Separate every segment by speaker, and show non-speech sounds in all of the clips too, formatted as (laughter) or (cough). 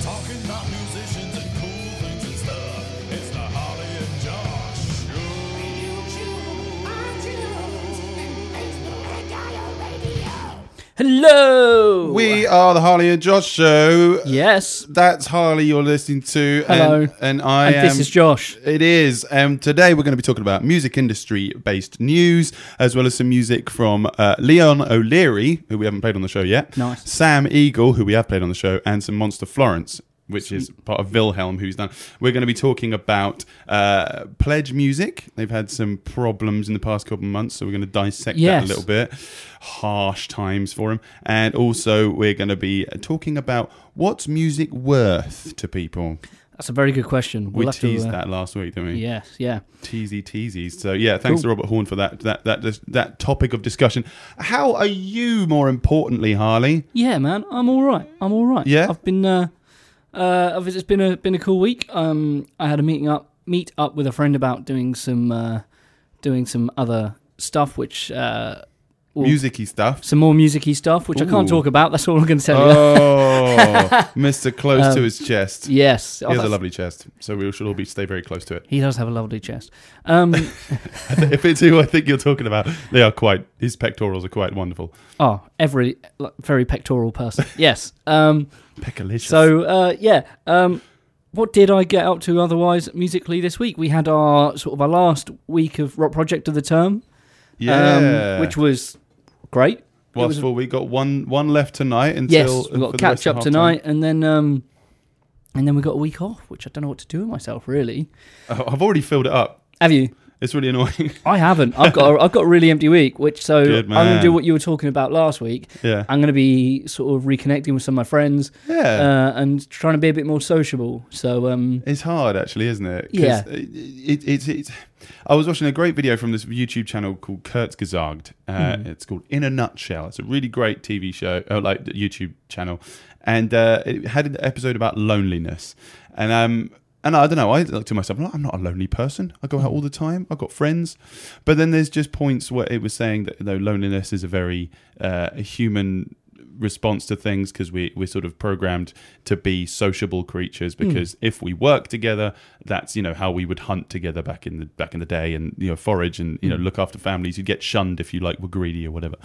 Speaker 1: talking about musicians and cool things and stuff. It's the Holly and Josh Show.
Speaker 2: Hello.
Speaker 3: We are the Harley and Josh show.
Speaker 2: yes.
Speaker 3: That's Harley you're listening to.
Speaker 2: Hello.
Speaker 3: And, and I
Speaker 2: And
Speaker 3: am.
Speaker 2: this is Josh.
Speaker 3: It is. Um, today we're going to be talking about music industry based news, as well as some music from uh, Leon O'Leary, who we haven't played on the show yet.
Speaker 2: Nice.
Speaker 3: Sam Eagle, who we have played on the show, and some Monster Florence. Which is part of Wilhelm, who's done. We're going to be talking about uh, Pledge Music. They've had some problems in the past couple of months, so we're going to dissect that
Speaker 2: Yes.
Speaker 3: a little bit. Harsh times for him. And also, we're going to be talking about what's music worth to people.
Speaker 2: That's a very good question.
Speaker 3: We
Speaker 2: We'll have
Speaker 3: teased
Speaker 2: to, uh,
Speaker 3: that last week, didn't we?
Speaker 2: Yes. Yeah.
Speaker 3: teasy teasies. So yeah, thanks to Robert Horn for that that that that topic of discussion. How are you? More importantly, Harley.
Speaker 2: Yeah, man. I'm all right. I'm all right.
Speaker 3: Yeah?
Speaker 2: I've been. Uh, uh, I've- it's been a been a cool week. Um, I had a meeting up meet up with a friend about doing some uh, doing some other stuff, which uh, will- (laughs)
Speaker 3: Musicy stuff.
Speaker 2: some more musicy stuff, which I can't
Speaker 3: Ooh.
Speaker 2: talk about. That's all I'm going to tell you.
Speaker 3: Oh, Mister, close to his
Speaker 2: (laughs)
Speaker 3: chest.
Speaker 2: Yes. Oh,
Speaker 3: He has a
Speaker 2: Um, that's-
Speaker 3: lovely chest, so we should all be stay very close to it. (laughs)
Speaker 2: He does have a lovely chest. Um,
Speaker 3: if it's who I think you're talking about, they are quite. His pectorals are quite wonderful.
Speaker 2: oh, every like, very pectoral person. Yes. Um,
Speaker 3: Peckalicious.
Speaker 2: So uh, yeah, um, what did I get up to otherwise musically this week? We had our sort of our last week of rock project of the term,
Speaker 3: yeah,
Speaker 2: um, which was great.
Speaker 3: well,
Speaker 2: was-
Speaker 3: well, we got one one left tonight until
Speaker 2: yes, we
Speaker 3: for
Speaker 2: got
Speaker 3: the
Speaker 2: a
Speaker 3: rest
Speaker 2: catch
Speaker 3: of
Speaker 2: up
Speaker 3: halftime.
Speaker 2: tonight, and then um, and then we got a week off, which I don't know what to do with myself really.
Speaker 3: Oh, I've already filled it up.
Speaker 2: Have you?
Speaker 3: It's really annoying. (laughs)
Speaker 2: I haven't. I've got a, I've got a really empty week, which so
Speaker 3: Good
Speaker 2: I'm going to do
Speaker 3: man.
Speaker 2: what you were talking about last week.
Speaker 3: yeah,
Speaker 2: I'm going to be sort of reconnecting with some of my friends
Speaker 3: yeah.
Speaker 2: uh, and trying to be a bit more sociable. So um,
Speaker 3: It's hard, actually, isn't it? 'Cause
Speaker 2: Yeah.
Speaker 3: It, it, it, it- I was watching a great video from this YouTube channel called Kurzgesagt. Uh, It's called In a Nutshell. It's a really great TV show, or like YouTube channel, and uh, it had an episode about loneliness. And um, and I don't know. I look to myself. I'm not, I'm not a lonely person. I go out all the time. I've got friends. But then there's just points where it was saying that you know, loneliness is a very uh, human response to things because we we're sort of programmed to be sociable creatures because if we work together that's you know how we would hunt together back in the back in the day and you know forage and you know look after families you'd get shunned if you like were greedy or whatever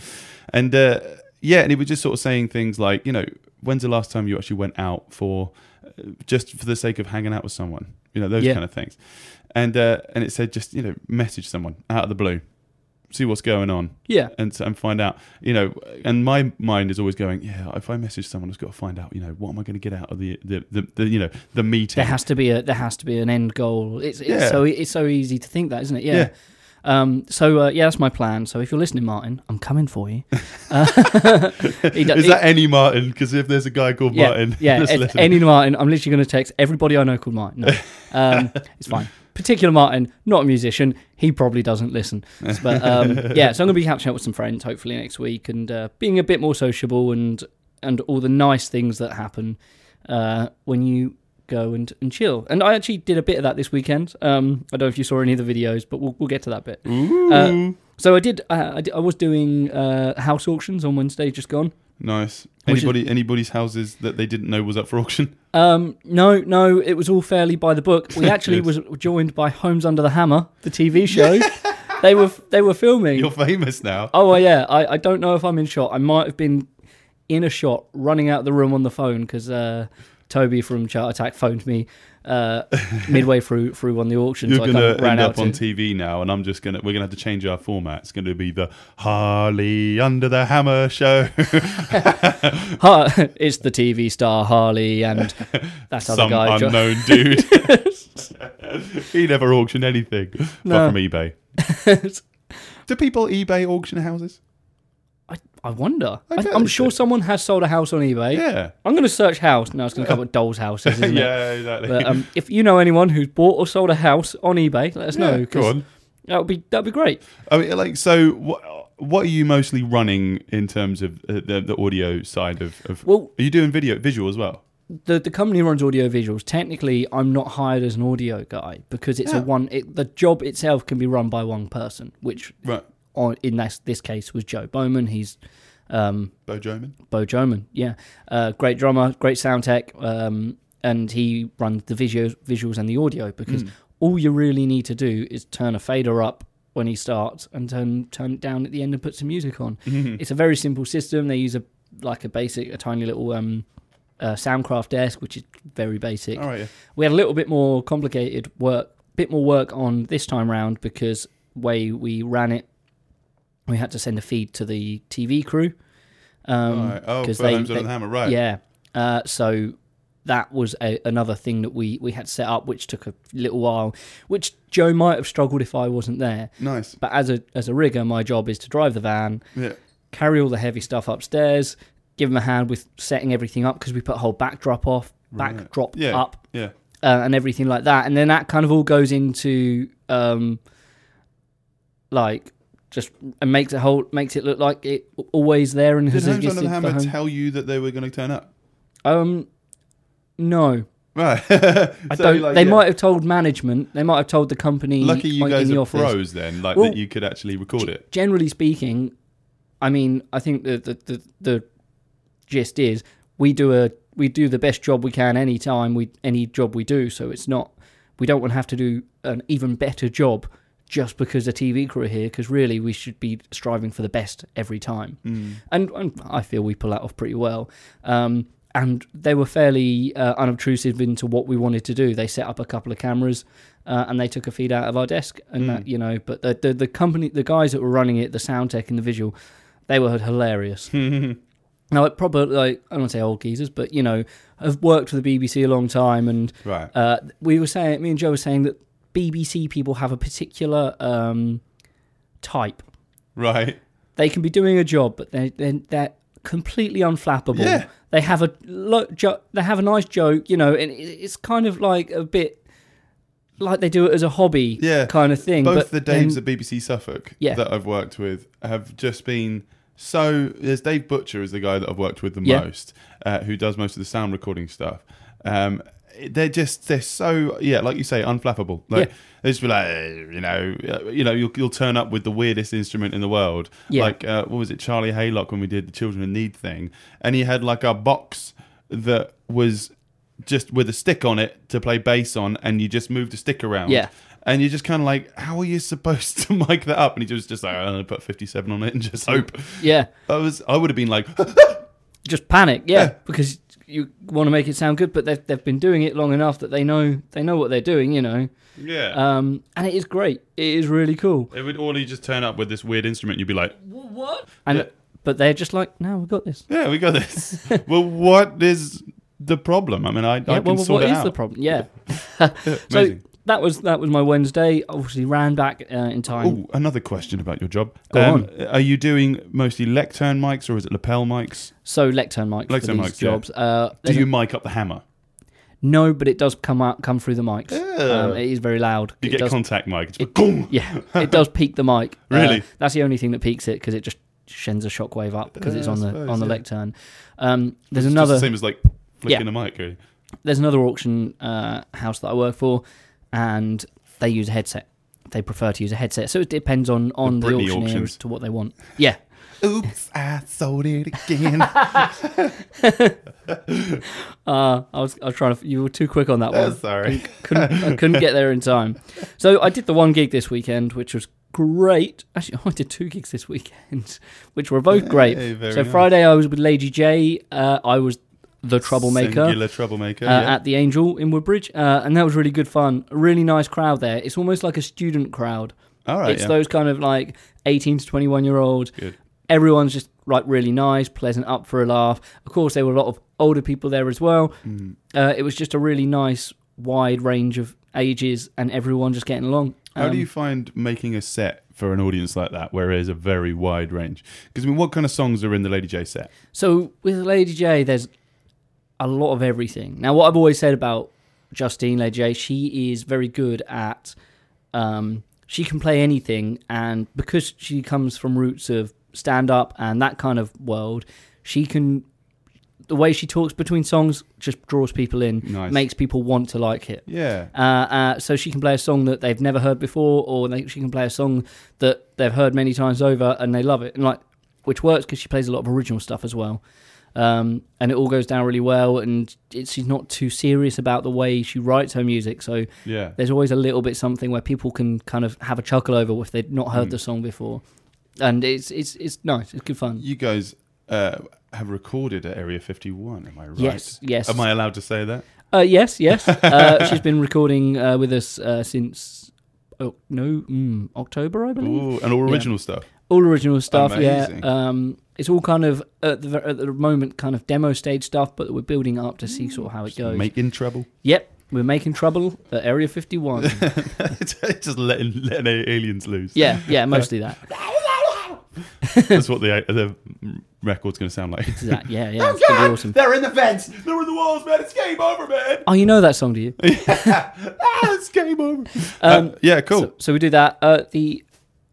Speaker 3: and uh yeah and he was just sort of saying things like you know when's the last time you actually went out for uh, just for the sake of hanging out with someone you know those
Speaker 2: Yeah.
Speaker 3: kind of things and uh and it said just you know message someone out of the blue see what's going on
Speaker 2: yeah,
Speaker 3: and and find out you know and my mind is always going yeah if i message someone i've got to find out you know what am i going to get out of the the, the, the you know the meeting
Speaker 2: there has to be a there has to be an end goal. It's, it's
Speaker 3: Yeah.
Speaker 2: so it's so easy to think that, isn't it? Yeah.
Speaker 3: Yeah.
Speaker 2: Um, so uh, yeah, that's my plan. So if you're listening, Martin, I'm coming for
Speaker 3: (laughs)
Speaker 2: you. Uh, (laughs) he do-
Speaker 3: is
Speaker 2: he-
Speaker 3: that any martin because if there's a guy called
Speaker 2: yeah,
Speaker 3: martin
Speaker 2: Yeah,
Speaker 3: (laughs) that's
Speaker 2: it's
Speaker 3: listening-
Speaker 2: any Martin. I'm literally going to text everybody I know called Martin. No,
Speaker 3: (laughs)
Speaker 2: um, it's fine. Particular Martin, not a musician. He probably doesn't listen. But
Speaker 3: (laughs)
Speaker 2: um, yeah, so I'm going to be catching up with some friends hopefully next week and uh, being a bit more sociable and and all the nice things that happen uh, when you go and, and chill. And I actually did a bit of that this weekend. Um, I don't know if you saw any of the videos, but we'll, we'll get to that bit. Uh, so I did, uh, I did. I was doing uh, house auctions on Wednesday, just gone.
Speaker 3: nice
Speaker 2: Which is-
Speaker 3: anybody anybody's houses that they didn't know was up for auction (laughs)
Speaker 2: Um, no, no, it was all fairly by the book. We actually
Speaker 3: Good.
Speaker 2: was joined by Homes Under the Hammer, the
Speaker 3: (laughs)
Speaker 2: TV show. they were they were filming.
Speaker 3: you're famous now
Speaker 2: Oh well, yeah, I, I don't know if I'm in shot. I might have been in a shot, running out of the room on the phone because uh, Toby from Chart Attack phoned me
Speaker 3: (laughs)
Speaker 2: uh, midway through through on the auction.
Speaker 3: you're
Speaker 2: so I
Speaker 3: gonna
Speaker 2: kind of ran
Speaker 3: end
Speaker 2: out
Speaker 3: up
Speaker 2: (laughs)
Speaker 3: on
Speaker 2: to-
Speaker 3: TV now, and I'm just gonna we're gonna have to change our format. It's gonna be the Harley under the hammer show.
Speaker 2: Har- it's the TV star Harley
Speaker 3: (laughs)
Speaker 2: and that other
Speaker 3: Some
Speaker 2: guy. Jo- (laughs)
Speaker 3: unknown dude. he never auctioned anything
Speaker 2: No.
Speaker 3: apart from eBay.
Speaker 2: (laughs)
Speaker 3: Do people eBay auction houses?
Speaker 2: I, I wonder.
Speaker 3: I
Speaker 2: I
Speaker 3: bet
Speaker 2: I'm
Speaker 3: they
Speaker 2: sure
Speaker 3: do.
Speaker 2: someone has sold a house on eBay.
Speaker 3: Yeah.
Speaker 2: I'm going to search house. No, it's going to come up with dolls'
Speaker 3: (laughs)
Speaker 2: houses, isn't it?
Speaker 3: yeah, exactly.
Speaker 2: But
Speaker 3: (laughs)
Speaker 2: um, if you know anyone who's bought or sold a house on eBay, let us
Speaker 3: yeah,
Speaker 2: know. 'cause
Speaker 3: go on.
Speaker 2: That would be that'd be great.
Speaker 3: I mean, like, so what, what are you mostly running in terms of uh, the, the audio side of, of?
Speaker 2: Well-
Speaker 3: are you doing video, visual as well?
Speaker 2: The the company runs audio visuals. Technically, I'm not hired as an audio guy because it's a
Speaker 3: Yeah.
Speaker 2: one. It, the job itself can be run by one person, which
Speaker 3: Right,
Speaker 2: on, in this this case was Joe Bowman. He's um,
Speaker 3: Bo Joman.
Speaker 2: Bo Joman, yeah, uh, great drummer, great sound tech. Um, and he runs the visuals, visuals and the audio because all you really need to do is turn a fader up when he starts and turn turn it down at the end and put some music on. It's a very simple system. They use a like a basic, a tiny little um, uh, Soundcraft desk, which is very basic.
Speaker 3: All right, yeah.
Speaker 2: We had a little bit more complicated work, bit more work on this time round because way we ran it, we had to send a feed to the TV crew. Um,
Speaker 3: All right. Oh,
Speaker 2: 'cause
Speaker 3: Fur Ham's on the hammer, right.
Speaker 2: Yeah. Uh, so that was a, another thing that we, we had set up, which took a little while, which Joe might have struggled if I wasn't there.
Speaker 3: Nice.
Speaker 2: But as a as a rigger, my job is to drive the van,
Speaker 3: Yeah.
Speaker 2: carry all the heavy stuff upstairs, give him a hand with setting everything up because we put a whole backdrop off, backdrop
Speaker 3: Yeah.
Speaker 2: up,
Speaker 3: Yeah.
Speaker 2: uh, and everything like that. And then that kind of all goes into um, like just and makes it whole makes it look like it always there and
Speaker 3: Did
Speaker 2: has
Speaker 3: Holmes under
Speaker 2: existed
Speaker 3: the
Speaker 2: for
Speaker 3: hammer
Speaker 2: home.
Speaker 3: tell you that they were going to turn up?
Speaker 2: Um, no,
Speaker 3: Right. (laughs) I
Speaker 2: I don't. they might have told management. They might have told the company.
Speaker 3: Lucky you
Speaker 2: like, in
Speaker 3: guys
Speaker 2: the
Speaker 3: are
Speaker 2: office.
Speaker 3: pros then, like
Speaker 2: Well,
Speaker 3: that you could actually record it.
Speaker 2: Generally speaking, I mean, I think the the, the the gist is we do a we do the best job we can any time we any job we do. So it's not we don't want to have to do an even better job just because a TV crew are here. Because really, we should be striving for the best every time. And, and I feel we pull that off pretty well. Um, and they were fairly uh, unobtrusive into what we wanted to do. They set up a couple of cameras uh, and they took a feed out of our desk, and that you know. But the, the the company, the guys that were running it, the sound tech and the visual, they were hilarious. Now, it probably like I don't want to say old geezers, but you know, have worked for the BBC a long time, and
Speaker 3: Right.
Speaker 2: uh, we were saying, me and Joe were saying that BBC people have a particular um, type.
Speaker 3: right.
Speaker 2: They can be doing a job, but they they're, they're completely unflappable.
Speaker 3: Yeah.
Speaker 2: They have a lo- jo- they have a nice joke, you know, and it- it's kind of like a bit like they do it as a hobby,
Speaker 3: Yeah.
Speaker 2: kind of thing.
Speaker 3: Both
Speaker 2: but
Speaker 3: the Daves
Speaker 2: then-
Speaker 3: at BBC Suffolk
Speaker 2: Yeah.
Speaker 3: that I've worked with have just been so. There's Dave Butcher is the guy that I've worked with the
Speaker 2: Yeah.
Speaker 3: most, uh, who does most of the sound recording stuff. Um, they're just they're so yeah, like you say, unflappable. Like
Speaker 2: Yeah.
Speaker 3: they just be like eh, you know uh, you know you'll, you'll turn up with the weirdest instrument in the world.
Speaker 2: Yeah.
Speaker 3: Like uh, what was it, Charlie Haylock when we did the Children in Need thing, and he had like a box that was just with a stick on it to play bass on, and you just moved the stick around
Speaker 2: Yeah.
Speaker 3: and you're just kind of like, how are you supposed to (laughs) mic that up? And he was just like, I don't know, put 57 on it and just hope.
Speaker 2: yeah,
Speaker 3: I was, I would have been like, (laughs)
Speaker 2: just panic, yeah,
Speaker 3: Yeah.
Speaker 2: because you want to make it sound good, but they've they've been doing it long enough that they know they know what they're doing, you know.
Speaker 3: yeah.
Speaker 2: Um, and it is great. It is really cool.
Speaker 3: it would all you just turn up with this weird instrument. You'd be like,
Speaker 2: What? And
Speaker 3: Yeah.
Speaker 2: but they're just like, no, we got this.
Speaker 3: yeah, we
Speaker 2: (laughs)
Speaker 3: got this. well, what is the problem? I mean, I, I
Speaker 2: Yeah,
Speaker 3: can
Speaker 2: well, well,
Speaker 3: sort
Speaker 2: what
Speaker 3: it
Speaker 2: is
Speaker 3: out.
Speaker 2: the problem? Yeah.
Speaker 3: Yeah,
Speaker 2: so
Speaker 3: amazing.
Speaker 2: that was that was my Wednesday. Obviously, ran back uh, in time.
Speaker 3: Oh, another question about your job. Um,
Speaker 2: Go
Speaker 3: Are you doing mostly lectern mics or is it lapel mics?
Speaker 2: So lectern mic for
Speaker 3: Lectern
Speaker 2: these
Speaker 3: mics, yeah.
Speaker 2: jobs. Uh,
Speaker 3: Do
Speaker 2: there's
Speaker 3: you mic up the hammer?
Speaker 2: No, but it does come out come through the mics.
Speaker 3: Yeah.
Speaker 2: Um, it is very loud.
Speaker 3: You
Speaker 2: it
Speaker 3: get
Speaker 2: does,
Speaker 3: contact mic. It's like, "Gong!"
Speaker 2: yeah, it does peak the
Speaker 3: (laughs)
Speaker 2: mic. Uh,
Speaker 3: Really?
Speaker 2: that's the only thing that peaks it because it just sends a shockwave up because
Speaker 3: Yeah,
Speaker 2: it's
Speaker 3: I
Speaker 2: on the
Speaker 3: suppose,
Speaker 2: on the
Speaker 3: yeah.
Speaker 2: lectern. Um, there's
Speaker 3: It's just
Speaker 2: another
Speaker 3: the same as like flicking a mic. Really.
Speaker 2: there's another auction uh, house that I work for, and they use a headset. They prefer to use a headset, so it depends on on the,
Speaker 3: Britney
Speaker 2: auctioneer
Speaker 3: auctions.
Speaker 2: as to what they want. Yeah,
Speaker 3: Oops, I sold it
Speaker 2: (laughs)
Speaker 3: again. (laughs)
Speaker 2: uh, I was I was trying to. You were too quick on that one.
Speaker 3: Sorry.
Speaker 2: couldn't, I couldn't get there in time. So I did the one gig this weekend, which was great. Actually, (laughs) I did two gigs this weekend, which were both great.
Speaker 3: Hey, very
Speaker 2: so
Speaker 3: nice.
Speaker 2: Friday I was with Lady J. Uh, I was the troublemaker.
Speaker 3: Singular troublemaker.
Speaker 2: uh,
Speaker 3: yeah.
Speaker 2: at the Angel in Woodbridge, uh, and that was really good fun. A really nice crowd there. It's almost like a student crowd.
Speaker 3: All right.
Speaker 2: it's
Speaker 3: yeah.
Speaker 2: those kind of like 18 to 21 year olds.
Speaker 3: Good.
Speaker 2: Everyone's just like really nice, pleasant, up for a laugh. Of course, there were a lot of older people there as well.
Speaker 3: Mm-hmm.
Speaker 2: Uh, it was just a really nice, wide range of ages, and everyone just getting along.
Speaker 3: How do
Speaker 2: Um,
Speaker 3: you find making a set for an audience like that, where there's a very wide range? Because I mean, what kind of songs are in the Lady J set?
Speaker 2: So with Lady J, there's a lot of everything. Now, what I've always said about Justine Lady J, she is very good at. Um, she can play anything, and because she comes from roots of stand up and that kind of world, she can. The way she talks between songs just draws people in,
Speaker 3: Nice.
Speaker 2: makes people want to like it.
Speaker 3: Yeah.
Speaker 2: Uh, uh, so she can play a song that they've never heard before, or they, she can play a song that they've heard many times over and they love it, and like which works because she plays a lot of original stuff as well. um, and it all goes down really well. And it, she's not too serious about the way she writes her music, so
Speaker 3: Yeah.
Speaker 2: there's always a little bit something where people can kind of have a chuckle over if they've not heard the song before, and it's it's it's nice. It's good fun.
Speaker 3: You guys uh, have recorded at Area 51, am I right?
Speaker 2: Yes, yes.
Speaker 3: Am I allowed to say that?
Speaker 2: Uh, yes, yes. Uh, she's been recording uh, with us uh, since oh no mm, October, I believe.
Speaker 3: Ooh, and all
Speaker 2: Yeah.
Speaker 3: original stuff.
Speaker 2: All original stuff.
Speaker 3: Amazing.
Speaker 2: Yeah. Um, it's all kind of at the, ver- at the moment kind of demo stage stuff, but we're building up to see sort of how it goes.
Speaker 3: Making
Speaker 2: (laughs)
Speaker 3: trouble. (laughs)
Speaker 2: yep, we're making trouble at Area 51.
Speaker 3: Just letting, letting aliens loose.
Speaker 2: yeah, yeah, mostly
Speaker 3: (laughs)
Speaker 2: that.
Speaker 3: That's what the, uh, the record's going to sound like.
Speaker 2: That- Yeah, yeah, it's gonna be awesome.
Speaker 3: They're in the fence. They're in the walls, man. It's game over, man.
Speaker 2: Oh, you know that song, do you?
Speaker 3: Ah, (laughs) it's game over.
Speaker 2: Um,
Speaker 3: Uh, yeah, cool.
Speaker 2: So, so we do that. Uh, the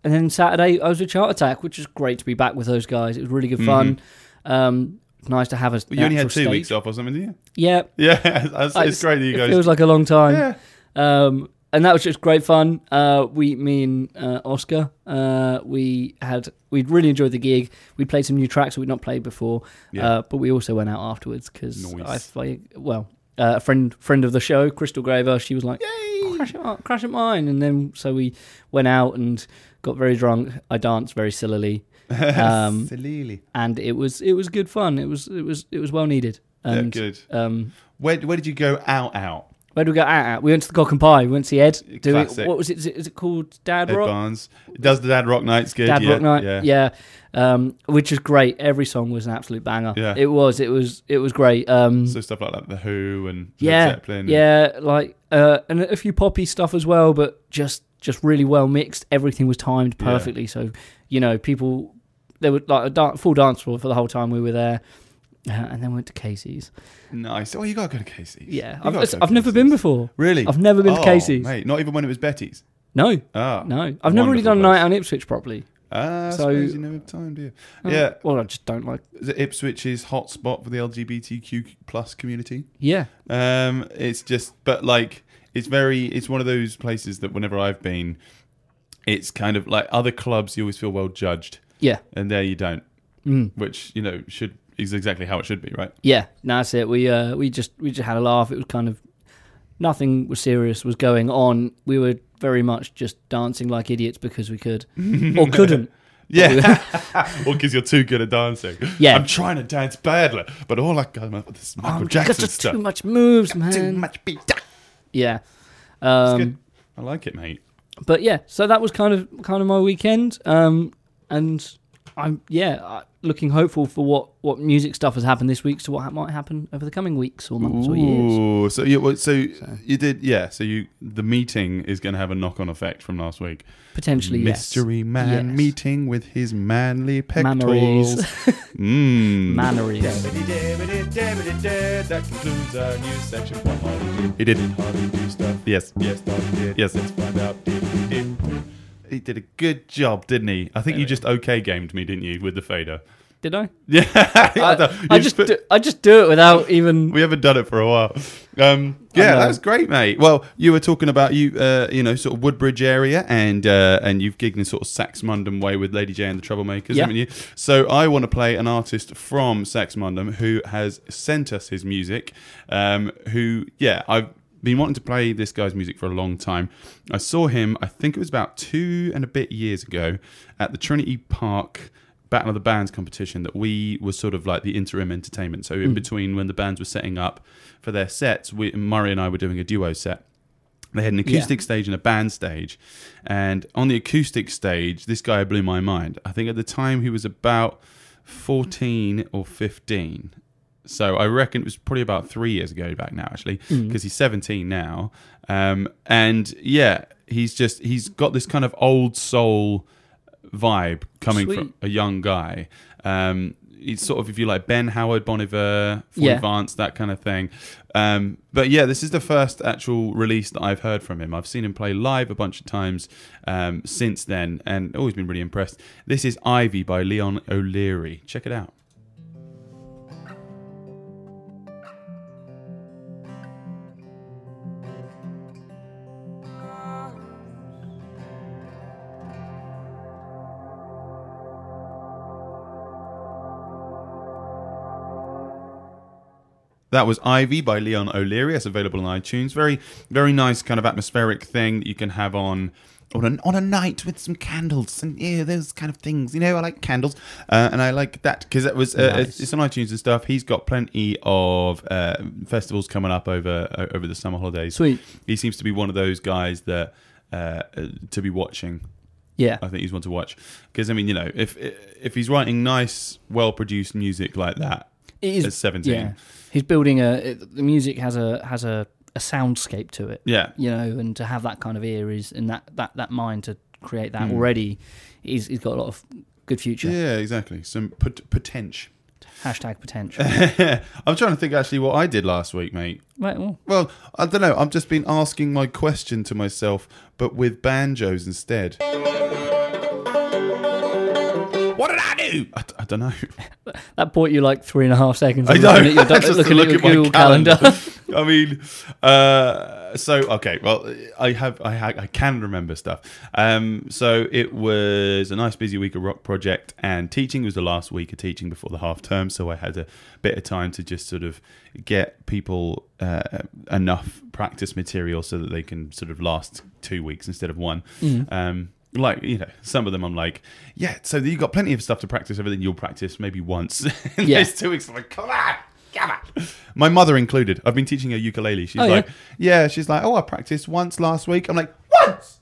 Speaker 2: and then Saturday I was with Chart Attack, which is great to be back with those guys. It was really good fun. Um, nice to have us.
Speaker 3: Mm-hmm. Well, you only had two weeks off or something, didn't you? (laughs)
Speaker 2: Yeah,
Speaker 3: Yeah, that's,
Speaker 2: I-
Speaker 3: it's great that you
Speaker 2: It
Speaker 3: (laughs) guys.
Speaker 2: feels like a long time.
Speaker 3: yeah.
Speaker 2: Um, and that was just great fun. Uh, we, me and uh, Oscar, uh, we had we really enjoyed the gig. We played some new tracks that we'd not played before,
Speaker 3: Yeah.
Speaker 2: uh, but we also went out afterwards because
Speaker 3: Nice.
Speaker 2: I, I well, uh, a friend friend of the show, Crystal Graver, she was like, "Oh, crash at, mi- crash at mine, and then so we went out and got very drunk. I danced very
Speaker 3: (laughs)
Speaker 2: sillily, um,
Speaker 3: Silly.
Speaker 2: and it was it was good fun. It was it was it was well needed.
Speaker 3: Yeah,
Speaker 2: And
Speaker 3: good.
Speaker 2: um,
Speaker 3: Where, where did you go out, out?
Speaker 2: where do we go out at? We went to the Cock and Pie. We went to see Ed. Do
Speaker 3: Classic.
Speaker 2: we, what was it? Is it, is it called Dad
Speaker 3: Ed
Speaker 2: Rock?
Speaker 3: Barnes. Does the Dad Rock Night's good?
Speaker 2: Dad
Speaker 3: yeah,
Speaker 2: Rock Night.
Speaker 3: Yeah.
Speaker 2: Yeah. Um, which is great. Every song was an absolute banger.
Speaker 3: Yeah.
Speaker 2: It was. It was. It was great. Um,
Speaker 3: So stuff like that, The Who and Led
Speaker 2: yeah.
Speaker 3: Zeppelin. and-
Speaker 2: Yeah. Like uh, and a few poppy stuff as well, but just just really well mixed. Everything was timed
Speaker 3: Yeah.
Speaker 2: perfectly. So you know, people there were like a dan- full dance floor for the whole time we were there. Uh, and then went to Casey's.
Speaker 3: Nice. Oh, you got to go to Casey's.
Speaker 2: Yeah,
Speaker 3: You
Speaker 2: I've,
Speaker 3: gotta go to
Speaker 2: I've never
Speaker 3: Casey's.
Speaker 2: been before.
Speaker 3: Really?
Speaker 2: I've never been to
Speaker 3: Oh,
Speaker 2: Casey's.
Speaker 3: Mate, not even when it was Betty's.
Speaker 2: No,
Speaker 3: Ah.
Speaker 2: no, I've never really
Speaker 3: Wonderful
Speaker 2: done a
Speaker 3: place.
Speaker 2: night on Ipswich properly.
Speaker 3: Ah, I
Speaker 2: So-
Speaker 3: suppose you never have time, do you? Yeah.
Speaker 2: Well, I just don't like.
Speaker 3: The Ipswich's hotspot for the LGBTQ plus community.
Speaker 2: Yeah.
Speaker 3: Um, it's just, but like, it's very, it's one of those places that whenever I've been, it's kind of like other clubs, you always feel well judged,
Speaker 2: Yeah.
Speaker 3: and there you don't,
Speaker 2: Mm.
Speaker 3: which you know should is exactly how it should be, right?
Speaker 2: Yeah. No, that's it. We uh we just we just had a laugh. It was kind of nothing was serious was going on. We were very much just dancing like idiots because we
Speaker 3: (laughs)
Speaker 2: could or couldn't.
Speaker 3: (laughs) Yeah, or because you're too good at dancing.
Speaker 2: Yeah.
Speaker 3: I'm trying to dance badly, but all I got up with this Michael
Speaker 2: Oh,
Speaker 3: Jackson
Speaker 2: just
Speaker 3: stuff.
Speaker 2: too much moves,
Speaker 3: Um, Too
Speaker 2: man.
Speaker 3: much beat. It's
Speaker 2: Yeah.
Speaker 3: good.
Speaker 2: Um,
Speaker 3: I like it, mate.
Speaker 2: but yeah, so that was kind of kind of my weekend. Um, and I'm yeah I- looking hopeful for what what music stuff has happened this week to what ha- might happen over the coming weeks or months or years.
Speaker 3: Ooh, so you well, so, you did yeah. So you the meeting is going to have a knock on effect from last week.
Speaker 2: Potentially, yes.
Speaker 3: Mystery man
Speaker 2: Yes.
Speaker 3: meeting with his manly pectorals. (laughs)
Speaker 2: Mammaries. (laughs)
Speaker 3: Mm.
Speaker 2: Manneries.
Speaker 3: (laughs) That concludes our news section. What Harley did. He didn't hardly do stuff. Yes, yes, Harley did. Yes, let's find out. Did he, did. he did a good job, didn't he? I think you just okay gamed me, didn't you, with the fader? (laughs)
Speaker 2: Did I?
Speaker 3: Yeah,
Speaker 2: I,
Speaker 3: don't-
Speaker 2: I
Speaker 3: you've
Speaker 2: just
Speaker 3: put-
Speaker 2: do, I just do it without even.
Speaker 3: (laughs) we haven't done it for a while. Um, yeah,
Speaker 2: know.
Speaker 3: that was great, mate. Well, you were talking about you, uh, you know, sort of Woodbridge area, and uh, and you've gigged in sort of Saxmundham way with Lady J and the Troublemakers,
Speaker 2: Yeah.
Speaker 3: haven't you? So I want to play an artist from Saxmundham who has sent us his music. Um, who, yeah, I've been wanting to play this guy's music for a long time. I saw him, I think it was about two and a bit years ago, at the Trinity Park. Battle of the Bands competition that we were sort of like the interim entertainment. So in between when the bands were setting up for their sets, we, Murray and I were doing a duo set. They had an acoustic stage and a band stage, and on the acoustic stage, this guy blew my mind. I think at the time he was about fourteen or fifteen. So I reckon it was probably about three years ago back now, actually, because he's 17 now. Um, and yeah, he's just he's got this kind of old soul vibe coming
Speaker 2: Sweet.
Speaker 3: from a young guy. Um, it's sort of if you like Ben Howard, Bon Iver, Foy
Speaker 2: Yeah.
Speaker 3: Vance, that kind of thing. Um, but yeah, this is the first actual release that I've heard from him. I've seen him play live a bunch of times um, since then, and always been really impressed. This is Ivy by Leon O'Leary. Check it out.
Speaker 4: Thank
Speaker 3: That was Ivy by Leon O'Leary. It's available on iTunes. Very, very nice kind of atmospheric thing that you can have on on a, on a night with some candles and yeah, those kind of things. You know, I like candles, uh, and I like that because that was uh,
Speaker 2: Nice.
Speaker 3: it's on iTunes and stuff. He's got plenty of uh, festivals coming up over o- over the summer holidays.
Speaker 2: Sweet.
Speaker 3: He seems to be one of those guys that uh, uh, to be watching.
Speaker 2: Yeah.
Speaker 3: I think he's one to watch because I mean, you know, if if he's writing nice, well produced music like that,
Speaker 2: It is
Speaker 3: at 17.
Speaker 2: Yeah. He's building a it- the music has a has a, a soundscape to it.
Speaker 3: yeah,
Speaker 2: You know, and to have that kind of ear is and that that that mind to create that already he's he's got a lot of good future.
Speaker 3: Hmm. yeah, exactly, some pot- potential. (laughs)
Speaker 2: Hashtag potential.
Speaker 3: I'm trying to think actually what I did last week, mate.
Speaker 2: right, well,
Speaker 3: Well, I don't know. I've just been asking my question to myself, but with banjos instead. What did I do? I, don't know. (laughs)
Speaker 2: that bought you like three and a half seconds.
Speaker 3: I
Speaker 2: of
Speaker 3: know.
Speaker 2: Looking at
Speaker 3: (laughs)
Speaker 2: your, doc-
Speaker 3: Just
Speaker 2: looking
Speaker 3: to look
Speaker 2: at your
Speaker 3: at my
Speaker 2: Google
Speaker 3: calendar.
Speaker 2: calendar. (laughs)
Speaker 3: (laughs) I mean, uh, so okay. Well, I have, I, ha- I can remember stuff. Um, so it was a nice busy week of rock project and teaching was the last week of teaching before the half term. So I had a bit of time to just sort of get people uh, enough practice material so that they can sort of last two weeks instead of one.
Speaker 2: Mm.
Speaker 3: Um, like you know, some of them I'm like, yeah. So you got plenty of stuff to practice. Everything you'll practice maybe once. (laughs) and
Speaker 2: Yeah.
Speaker 3: there's two weeks. I'm like, come on, come on. My mother included. I've been teaching her ukulele. She's
Speaker 2: Oh, yeah?
Speaker 3: like, yeah. She's like, oh, I practiced once last week. I'm like,
Speaker 2: (laughs)
Speaker 3: once,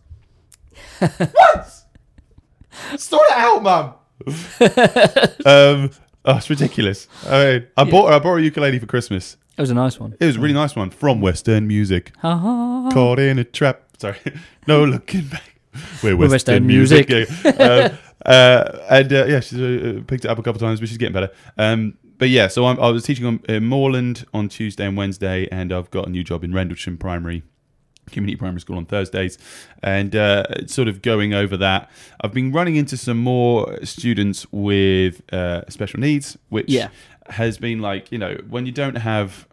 Speaker 3: once. Sort it
Speaker 2: (laughs)
Speaker 3: out, mum. um, oh, it's ridiculous. I, mean, I bought her. I bought her a ukulele for Christmas.
Speaker 2: It was a nice one.
Speaker 3: It was a really nice one from Western Music.
Speaker 2: Ha ha.
Speaker 3: Caught in a trap. Sorry, (laughs) no looking back. We're
Speaker 2: We're
Speaker 3: Western,
Speaker 2: West End
Speaker 3: music. (laughs) Yeah. Um, uh, and uh, yeah, she's uh, uh, picked it up a couple of times, but she's getting better. Um, but yeah, so I'm, I was teaching on uh, Moreland on Tuesday and Wednesday, and I've got a new job in Rendlesham Primary. Community Primary School on Thursdays, and uh, sort of going over that. I've been running into some more students with uh, special needs, which
Speaker 2: Yeah.
Speaker 3: has been like, you know, when you don't have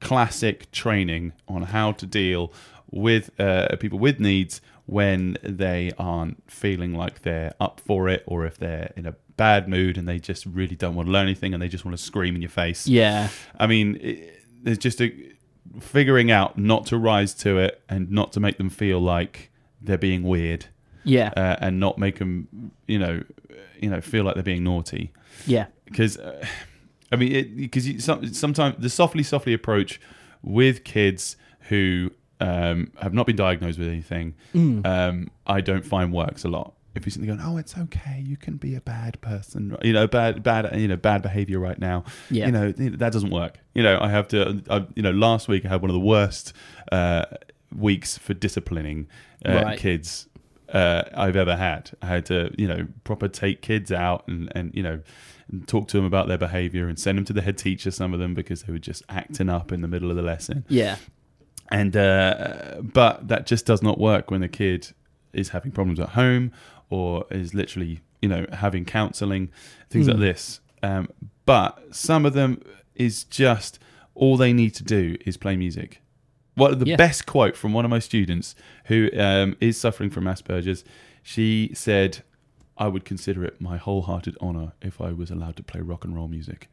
Speaker 3: classic training on how to deal with uh, people with needs when they aren't feeling like they're up for it or if they're in a bad mood and they just really don't want to learn anything and they just want to scream in your face.
Speaker 2: Yeah.
Speaker 3: I mean, it, there's just a figuring out not to rise to it and not to make them feel like they're being weird
Speaker 2: Yeah.
Speaker 3: uh, and not make them, you know, you know, feel like they're being naughty
Speaker 2: yeah.
Speaker 3: because uh, I mean, because some, sometimes the softly, softly approach with kids who um, have not been diagnosed with anything,
Speaker 2: Mm.
Speaker 3: um, I don't find works a lot. If you're sitting there going, "Oh, it's okay, you can be a bad person," you know, bad, bad, you know, bad behavior right now,
Speaker 2: Yeah.
Speaker 3: you know, that doesn't work. You know, I have to, I, you know, last week I had one of the worst uh, weeks for disciplining uh,
Speaker 2: Right.
Speaker 3: kids uh, I've ever had. I had to, you know, proper take kids out and, and you know, talk to them about their behavior and send them to the head teacher, some of them, because they were just acting up in the middle of the lesson.
Speaker 2: Yeah.
Speaker 3: And, uh, but that just does not work when the kid is having problems at home or is literally, you know, having counseling, things like this. Um, but some of them is just all they need to do is play music. What the
Speaker 2: Yeah.
Speaker 3: best quote from one of my students who um, is suffering from Asperger's? She said, "I would consider it my wholehearted honor if I was allowed to play rock and roll music."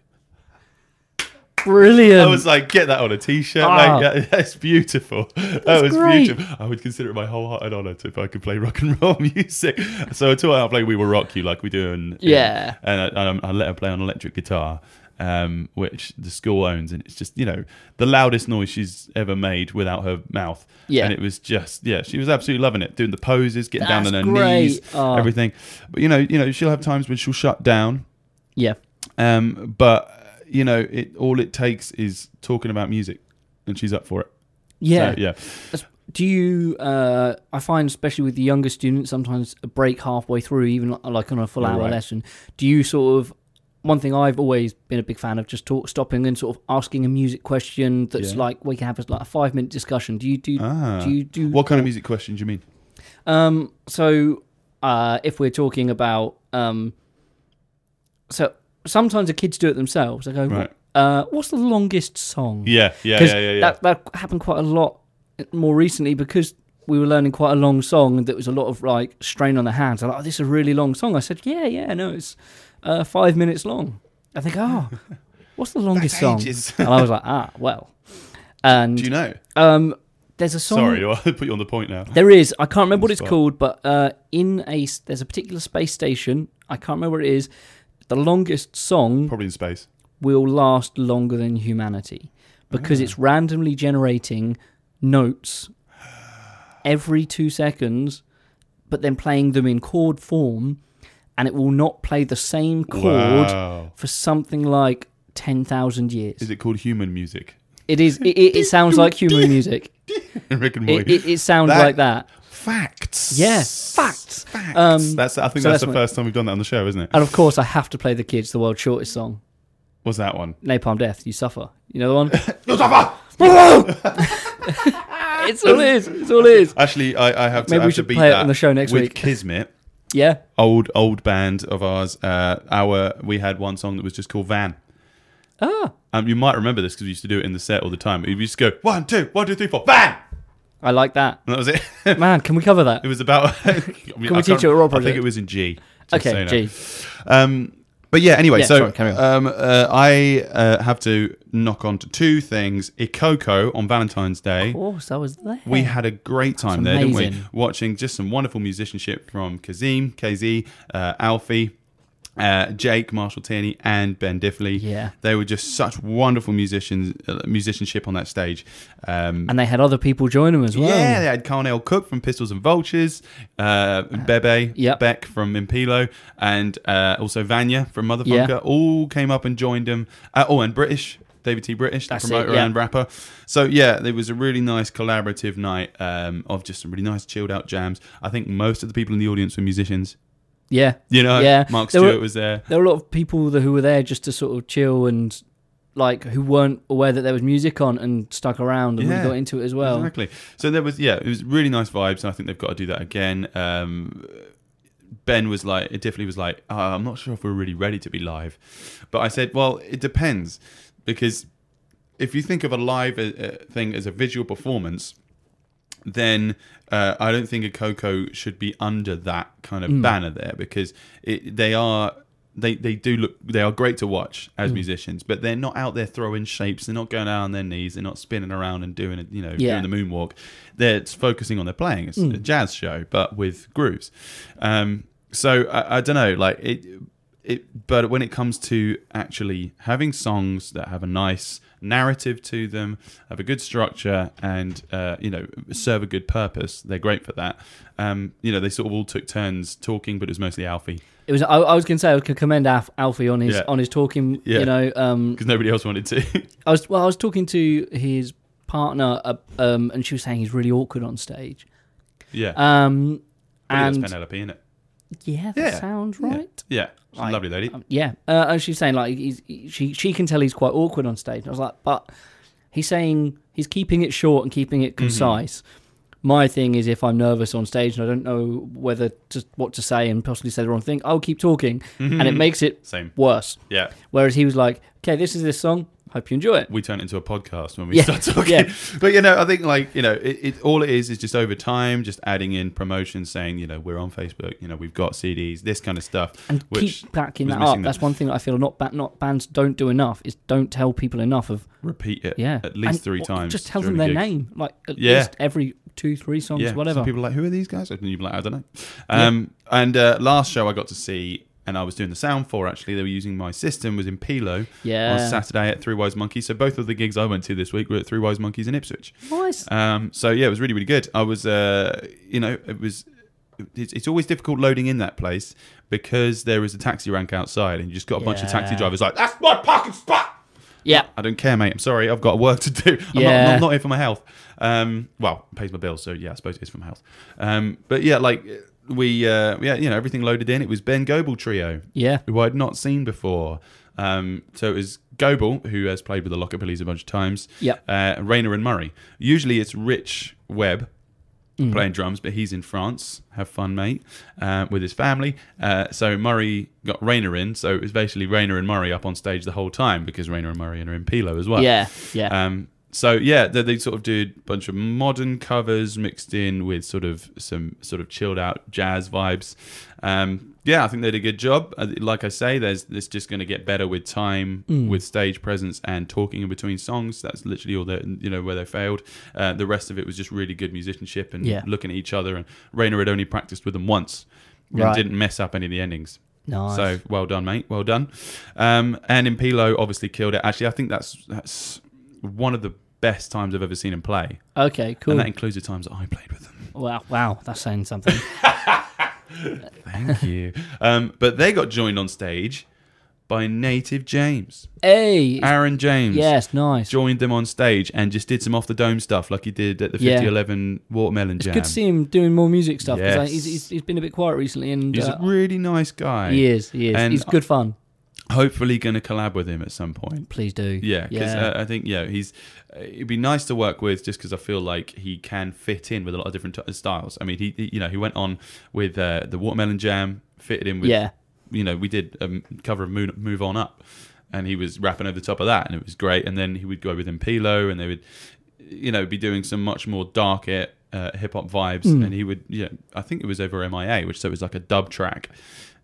Speaker 2: Brilliant.
Speaker 3: I was like, "Get that on a t-shirt,
Speaker 2: Ah.
Speaker 3: mate. That- (laughs) that's beautiful. (laughs) that
Speaker 2: That's
Speaker 3: was
Speaker 2: great.
Speaker 3: beautiful. I would consider it my wholehearted honor to, if I could play (laughs) rock and roll music." So I taught her how to play "We Will Rock You" like we do in
Speaker 2: Yeah.
Speaker 3: and I, I, I let her play on electric guitar, um, which the school owns, and it's just you know the loudest noise she's ever made without her mouth.
Speaker 2: Yeah.
Speaker 3: and it was just yeah, she was absolutely loving it, doing the poses, getting down on
Speaker 2: That's
Speaker 3: her
Speaker 2: great.
Speaker 3: knees,
Speaker 2: Oh.
Speaker 3: everything. But you know, you know, she'll have times when she'll shut down,
Speaker 2: yeah.
Speaker 3: um, but you know, it all it takes is talking about music, and she's up for it. So,
Speaker 2: Yeah.
Speaker 3: yeah.
Speaker 2: That's- Do you? Uh, I find, especially with the younger students, sometimes a break halfway through, even li- like on a full hour
Speaker 3: Right.
Speaker 2: lesson. Do you sort of? One thing I've always been a big fan of just talk, stopping and sort of asking a music question that's
Speaker 3: Yeah.
Speaker 2: like we can have a, like a five minute discussion. Do you do?
Speaker 3: Ah.
Speaker 2: Do you do?
Speaker 3: What kind of music question do you mean?
Speaker 2: Um, so, uh, if we're talking about, um, so sometimes the kids do it themselves. They go,
Speaker 3: Right.
Speaker 2: uh, "What's the longest song?"
Speaker 3: Yeah, yeah,
Speaker 2: 'Cause
Speaker 3: yeah, yeah, yeah.
Speaker 2: That that happened quite a lot more recently because we were learning quite a long song and there was a lot of like strain on the hands. I'm like, oh, this is
Speaker 3: (laughs)
Speaker 2: a really long song. I said, yeah, yeah, no, it's uh, five minutes long. I think, oh, what's the longest song?
Speaker 3: ages.
Speaker 2: and I was like, ah, well. And
Speaker 3: Do you know?
Speaker 2: um, there's a song.
Speaker 3: Sorry, (laughs) I put you on the point now.
Speaker 2: There is. I can't remember what it's
Speaker 3: spot.
Speaker 2: called, but uh, in a s- there's a particular space station. I can't remember what it is. The longest song
Speaker 3: Probably in space.
Speaker 2: will last longer than humanity because
Speaker 3: Ah.
Speaker 2: it's randomly generating notes every two seconds, but then playing them in chord form, and it will not play the same chord
Speaker 3: Wow.
Speaker 2: for something like ten thousand years.
Speaker 3: Is it called human music? (laughs)
Speaker 2: it is. It, it, it sounds like human music.
Speaker 3: Rick and Morty.
Speaker 2: It, it, it sounds
Speaker 3: That-
Speaker 2: like that.
Speaker 3: Facts.
Speaker 2: Yeah, facts.
Speaker 3: Facts.
Speaker 2: Um,
Speaker 3: that's. I think
Speaker 2: so that's
Speaker 3: that's, the
Speaker 2: my-
Speaker 3: first time we've done that on the show, isn't it? (laughs)
Speaker 2: And of course, I have to play the kids the world's shortest song,
Speaker 3: What's that one?
Speaker 2: Napalm Death. You suffer. You know the one.
Speaker 3: (laughs)
Speaker 2: (laughs)
Speaker 3: Actually,
Speaker 2: it's all it is. It's all it is.
Speaker 3: I, I have to.
Speaker 2: Maybe we
Speaker 3: I have to
Speaker 2: should
Speaker 3: beat
Speaker 2: play it
Speaker 3: that
Speaker 2: on the show next
Speaker 3: with
Speaker 2: week.
Speaker 3: Kismet,
Speaker 2: Yeah.
Speaker 3: old old band of ours. Uh, our we had one song that was just called Van.
Speaker 2: Ah,
Speaker 3: Um, you might remember this because we used to do it in the set all the time. We used to go one, two, one, two, three, four, Van,
Speaker 2: I like that.
Speaker 3: and that was it. (laughs) it
Speaker 2: Man, can we cover that?
Speaker 3: was about. (laughs) I mean, I can't-
Speaker 2: teach you a role
Speaker 3: I think
Speaker 2: project?
Speaker 3: it was in G. just so
Speaker 2: Okay,
Speaker 3: you know.
Speaker 2: gee.
Speaker 3: Um, but yeah, anyway,
Speaker 2: Yeah,
Speaker 3: so
Speaker 2: sorry, carry on.
Speaker 3: Um, uh, I uh, have to knock on to two things. Ikoko on Valentine's Day.
Speaker 2: Of course, I was there.
Speaker 3: We had a great time there,
Speaker 2: That's
Speaker 3: didn't we?
Speaker 2: amazing.
Speaker 3: Watching just some wonderful musicianship from Kazim, KZ, uh, Alfie, uh, Jake, Marshall Tierney, and Ben Diffley.
Speaker 2: Yeah.
Speaker 3: They were just such wonderful musicians, uh, musicianship on that stage. Um,
Speaker 2: and they had other people join them as well.
Speaker 3: yeah, they had Carnell Cook from Pistols and Vultures, uh, Bebe
Speaker 2: Yep.
Speaker 3: Beck from Impilo, and uh, also Vanya from Motherfucker.
Speaker 2: Yeah.
Speaker 3: All came up and joined them. Uh, oh, and British. David T. British, the
Speaker 2: That's it,
Speaker 3: promoter
Speaker 2: yeah.
Speaker 3: and rapper. So yeah, it was a really nice collaborative night um, of just some really nice chilled out jams. I think most of the people in the audience were musicians.
Speaker 2: yeah.
Speaker 3: You know,
Speaker 2: Yeah.
Speaker 3: Mark
Speaker 2: There
Speaker 3: Stewart
Speaker 2: were-
Speaker 3: was there.
Speaker 2: There were a lot of people that, who were there just to sort of chill and like who weren't aware that there was music on and stuck around and
Speaker 3: Yeah.
Speaker 2: we got into it as well.
Speaker 3: Exactly. So there was, yeah, it was really nice vibes, and I think they've got to do that again. Um, ben was like, it definitely was like, uh, I'm not sure if we're really ready to be live, but I said, well, it depends, because if you think of a live uh, uh, thing as a visual performance, then uh, I don't think a Coco should be under that kind of banner there because it, they are they they do look they are great to watch as musicians, but they're not out there throwing shapes. They're not going down on their knees. They're not spinning around and doing it. You know,
Speaker 2: Yeah.
Speaker 3: doing the moonwalk. They're it's focusing on their playing. It's a jazz show, but with grooves. Um, so I, I don't know, like it it but when it comes to actually having songs that have a nice narrative to them have a good structure and uh, you know serve a good purpose they're great for that um, you know they sort of all took turns talking but it was mostly alfie
Speaker 2: It was. I, I was going to say I was going to commend Alf, Alfie on his
Speaker 3: Yeah.
Speaker 2: on his talking.
Speaker 3: Yeah.
Speaker 2: You know, um,
Speaker 3: because nobody else wanted to (laughs)
Speaker 2: I was well. I was talking to his partner, uh, um, and she was saying he's really awkward on stage.
Speaker 3: yeah
Speaker 2: Um,
Speaker 3: But yeah, it's
Speaker 2: and
Speaker 3: penelope in it
Speaker 2: yeah, that
Speaker 3: Yeah.
Speaker 2: sounds right.
Speaker 3: yeah she's a
Speaker 2: Like,
Speaker 3: lovely lady
Speaker 2: um, yeah, uh, and she's saying like he's, he, she she can tell he's quite awkward on stage. And I was like, but he's saying he's keeping it short and keeping it
Speaker 3: Mm-hmm.
Speaker 2: concise. My thing is if I'm nervous on stage and I don't know whether to, what to say and possibly say the wrong thing, I'll keep talking, and it makes it
Speaker 3: Mm-hmm. same
Speaker 2: worse.
Speaker 3: yeah
Speaker 2: Whereas he was like, okay, this is this song. Hope you enjoy it.
Speaker 3: we turn it into a podcast when we
Speaker 2: Yeah,
Speaker 3: start talking.
Speaker 2: yeah.
Speaker 3: (laughs) But you know, I think like you know, it, it all it is is just over time, just adding in promotion, saying you know we're on Facebook, you know we've got CDs, this kind of stuff.
Speaker 2: and
Speaker 3: which
Speaker 2: keep backing
Speaker 3: was
Speaker 2: that
Speaker 3: missing
Speaker 2: up.
Speaker 3: that.
Speaker 2: That's one thing that I feel not ba- not bands don't do enough is don't tell people enough of
Speaker 3: repeat it,
Speaker 2: yeah
Speaker 3: at least
Speaker 2: And-
Speaker 3: three
Speaker 2: or
Speaker 3: times.
Speaker 2: Just tell them
Speaker 3: during
Speaker 2: their
Speaker 3: the gig.
Speaker 2: name, like at
Speaker 3: Yeah.
Speaker 2: least every two three songs,
Speaker 3: Yeah,
Speaker 2: whatever.
Speaker 3: Some people are like, who are these guys? And you're like, I don't know. Um, And uh, last show I got to see, and I was doing the sound for actually. They were using my system was in Pilo on
Speaker 2: Yeah.
Speaker 3: Saturday at Three Wise Monkeys. So both of the gigs I went to this week were at Three Wise Monkeys in Ipswich.
Speaker 2: Nice.
Speaker 3: Um, so yeah, it was really really good. I was, uh, you know, it was. It's, it's always difficult loading in that place because there is a taxi rank outside, and you just got a bunch of taxi
Speaker 2: Yeah.
Speaker 3: drivers like, "That's my parking spot."
Speaker 2: yeah.
Speaker 3: I don't care, mate. I'm sorry. I've got work to do. (laughs) I'm not,
Speaker 2: Yeah.
Speaker 3: not, not here for my health. Um, well, it pays my bills, so yeah, I suppose it's from health. Um, but yeah, like we, uh, yeah, you know, everything loaded in. It was Ben Goebel trio,
Speaker 2: Yeah.
Speaker 3: who I'd not seen before. Um, so it was Goebel, who has played with the Lockabilities a bunch of times.
Speaker 2: Yep.
Speaker 3: Uh, Rayner and Murray. Usually it's Rich Webb playing drums, but he's in France. Have fun, mate, uh, with his family. Uh, so Murray got Rayner in. So it was basically Rayner and Murray up on stage the whole time because Rayner and Murray are in Pilo as well.
Speaker 2: Yeah. Yeah.
Speaker 3: Um, so yeah, they, they sort of did a bunch of modern covers mixed in with sort of some sort of chilled out jazz vibes. Um, yeah, I think they did a good job. Uh, Like I say, there's it's just going to get better with time,
Speaker 2: Mm.
Speaker 3: with stage presence and talking in between songs. That's literally all that you know where they failed. Uh, the rest of it was just really good musicianship and
Speaker 2: Yeah.
Speaker 3: looking at each other. And Rayner had only practiced with them once and
Speaker 2: Right.
Speaker 3: didn't mess up any of the endings.
Speaker 2: Nice.
Speaker 3: Uh, So well done, mate. Well done. Um, and Impilo obviously killed it. Actually, I think that's that's one of the best times I've ever seen him play,
Speaker 2: okay, cool.
Speaker 3: and that includes the times that I played with them.
Speaker 2: Wow, wow, that's saying
Speaker 3: (laughs)
Speaker 2: something.
Speaker 3: Thank (laughs) you. Um, but they got joined on stage by Native James.
Speaker 2: hey,
Speaker 3: Aaron James
Speaker 2: yes, nice.
Speaker 3: joined them on stage and just did some off the dome stuff like he did at the
Speaker 2: Yeah.
Speaker 3: 5011 Watermelon Jam.
Speaker 2: Good to see him doing more music stuff. 'cause, uh,
Speaker 3: Yes.
Speaker 2: he's, he's, he's been a bit quiet recently, and
Speaker 3: He's
Speaker 2: uh,
Speaker 3: a really nice guy.
Speaker 2: he is. He is.
Speaker 3: And
Speaker 2: he's good fun.
Speaker 3: Hopefully, going to collab with him at some point.
Speaker 2: Please do.
Speaker 3: Yeah, because
Speaker 2: yeah.
Speaker 3: uh, I think yeah he's uh, it'd be nice to work with just because I feel like he can fit in with a lot of different t- styles. I mean, he, he- you know he went on with uh, the Watermelon Jam, fitted in with
Speaker 2: Yeah.
Speaker 3: you know we did a m- cover of Moon, Move On Up, and he was rapping over the top of that, and it was great. And then he would go with Impilo, and they would you know be doing some much more dark it. Uh, hip hop vibes,
Speaker 2: Hmm.
Speaker 3: and he would, yeah, I think it was over MIA, which so it was like a dub track,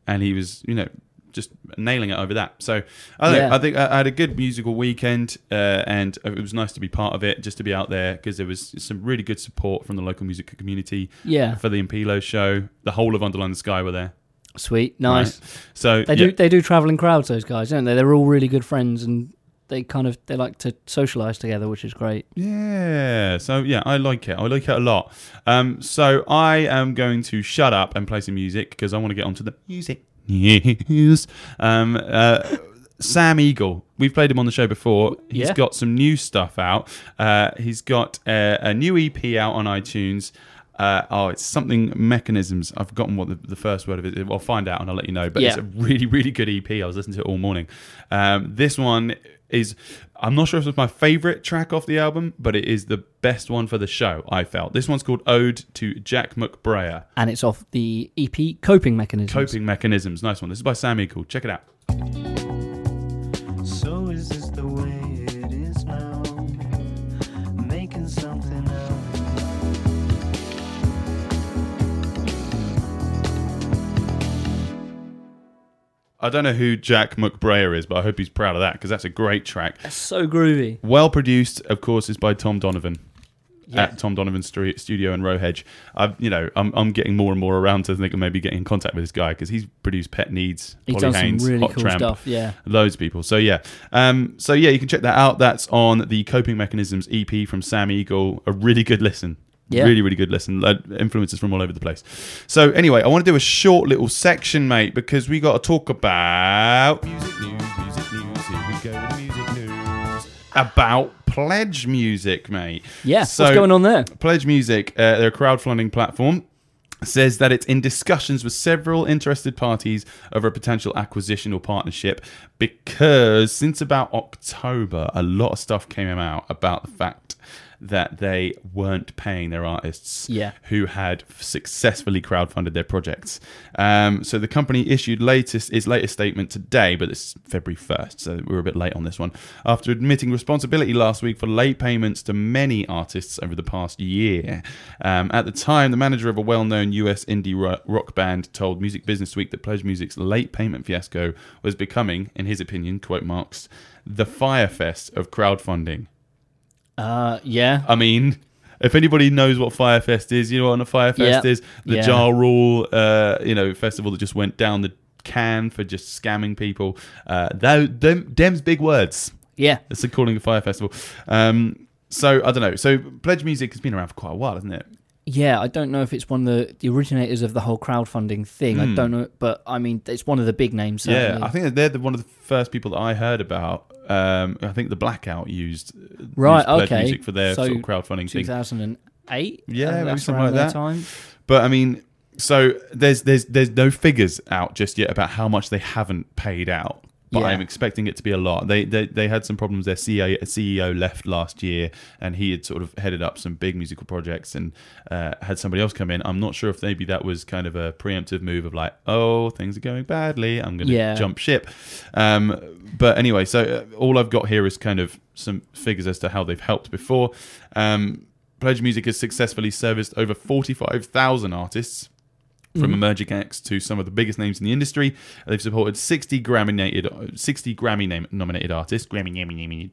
Speaker 3: and he was, you know, just nailing it over that. So I don't know,
Speaker 2: Yeah.
Speaker 3: I think I I had a good musical weekend, uh, and it was nice to be part of it, just to be out there because there was some really good support from the local music community
Speaker 2: Yeah.
Speaker 3: for the Impilo show. The whole of Underline the Sky were there.
Speaker 2: Sweet. Nice.
Speaker 3: right? So
Speaker 2: They
Speaker 3: yeah,
Speaker 2: do. They do travel in crowds. Those guys, don't they? They're all really good friends, and they kind of they like to socialize together, which is great.
Speaker 3: yeah. So yeah, I like it. I like it a lot. Um, so I am going to shut up and play some music because I want to get onto the music. Yes. Um, uh, Sam Eagle. We've played him on the show before. He's
Speaker 2: Yeah.
Speaker 3: got some new stuff out. Uh, he's got a, a new EP out on iTunes. Uh, oh, it's something mechanisms. I've forgotten what the, the first word of it. is. I'll find out and I'll let you know. But it's
Speaker 2: Yeah.
Speaker 3: a really, really good EP. I was listening to it all morning. Um, this one is, I'm not sure if it's my favorite track off the album, but it is the best one for the show. I felt this one's called "Ode to Jack McBrayer."
Speaker 2: And it's off the EP Coping Mechanisms.
Speaker 3: Coping mechanisms. Nice one. This is by Sam Eagle. Check it out.
Speaker 4: So is this the way it is now? Making something out.
Speaker 3: I don't know who Jack McBrayer is, but I hope he's proud of that because that's a great track.
Speaker 2: So groovy.
Speaker 3: Well produced, of course, is by Tom Donovan
Speaker 2: Yeah.
Speaker 3: at Tom Donovan Stre- Studio in Roe Hedge. I've, you know, I'm, I'm getting more and more around to think of maybe getting in contact with this guy because he's produced Pet Needs,
Speaker 2: He
Speaker 3: Polly
Speaker 2: does some
Speaker 3: Haynes,
Speaker 2: really
Speaker 3: Hot
Speaker 2: cool
Speaker 3: Tramp,
Speaker 2: stuff. Yeah.
Speaker 3: loads of people. So yeah, um, so yeah, you can check that out. That's on the Coping Mechanisms EP from Sam Eagle. A really good listen.
Speaker 2: Yeah.
Speaker 3: Really, really good listen. Uh, Influences from all over the place. So anyway, I want to do a short little section, mate, because we got to talk about music news. Music news. Here we go with music news about pledge music, mate.
Speaker 2: Yeah. What's going on there?
Speaker 3: Pledge Music, uh, their crowdfunding platform, says that it's in discussions with several interested parties over a potential acquisition or partnership because since about October, a lot of stuff came out about the fact that they weren't paying their artists
Speaker 2: Yeah.
Speaker 3: who had successfully crowdfunded their projects. Um, so the company issued latest its latest statement today, but it's February 1st, so we were a bit late on this one. After admitting responsibility last week for late payments to many artists over the past year, um, at the time, the manager of a well-known US indie ro- rock band told Music Business Week that Pledge Music's late payment fiasco was becoming, in his opinion, quote marks, the firefest of crowdfunding.
Speaker 2: Uh, yeah.
Speaker 3: I mean, if anybody knows what Firefest is, you know what a Firefest
Speaker 2: Yeah.
Speaker 3: is? The
Speaker 2: Yeah.
Speaker 3: Jar Rule, uh, you know, festival that just went down the can for just scamming people. Uh, tho- them, them's big words.
Speaker 2: Yeah.
Speaker 3: It's a calling a fire festival. Um, so I don't know. So Pledge Music has been around for quite a while, hasn't it?
Speaker 2: Yeah, I don't know if it's one of the, the originators of the whole crowdfunding thing. I don't know, but I mean, it's one of the big names. Certainly.
Speaker 3: Hmm. Yeah, I think that they're the, one of the first people that I heard about. Um, I think the Blackout used
Speaker 2: Right,
Speaker 3: used Pledge
Speaker 2: okay.
Speaker 3: Music for their
Speaker 2: So,
Speaker 3: sort of crowdfunding thing.
Speaker 2: 2008.
Speaker 3: Yeah,
Speaker 2: Uh,
Speaker 3: maybe
Speaker 2: that's
Speaker 3: something
Speaker 2: around
Speaker 3: like
Speaker 2: their
Speaker 3: that.
Speaker 2: Time.
Speaker 3: But I mean, so there's there's there's no figures out just yet about how much they haven't paid out. But
Speaker 2: Yeah.
Speaker 3: I'm expecting it to be a lot. They they, they had some problems. Their E CEO, CEO left last year, and he had sort of headed up some big musical projects and uh, had somebody else come in. I'm not sure if maybe that was kind of a preemptive move of like, oh, things are going badly. I'm going to
Speaker 2: Yeah.
Speaker 3: jump ship. Um, but anyway, so uh, all I've got here is kind of some figures as to how they've helped before. Um, Pledge Music has successfully serviced over 45,000 artists from emerging acts to some of the biggest names in the industry. They've supported 60 Grammy-nated, 60 Grammy nam- nominated artists, Grammy, Grammy, Grammy,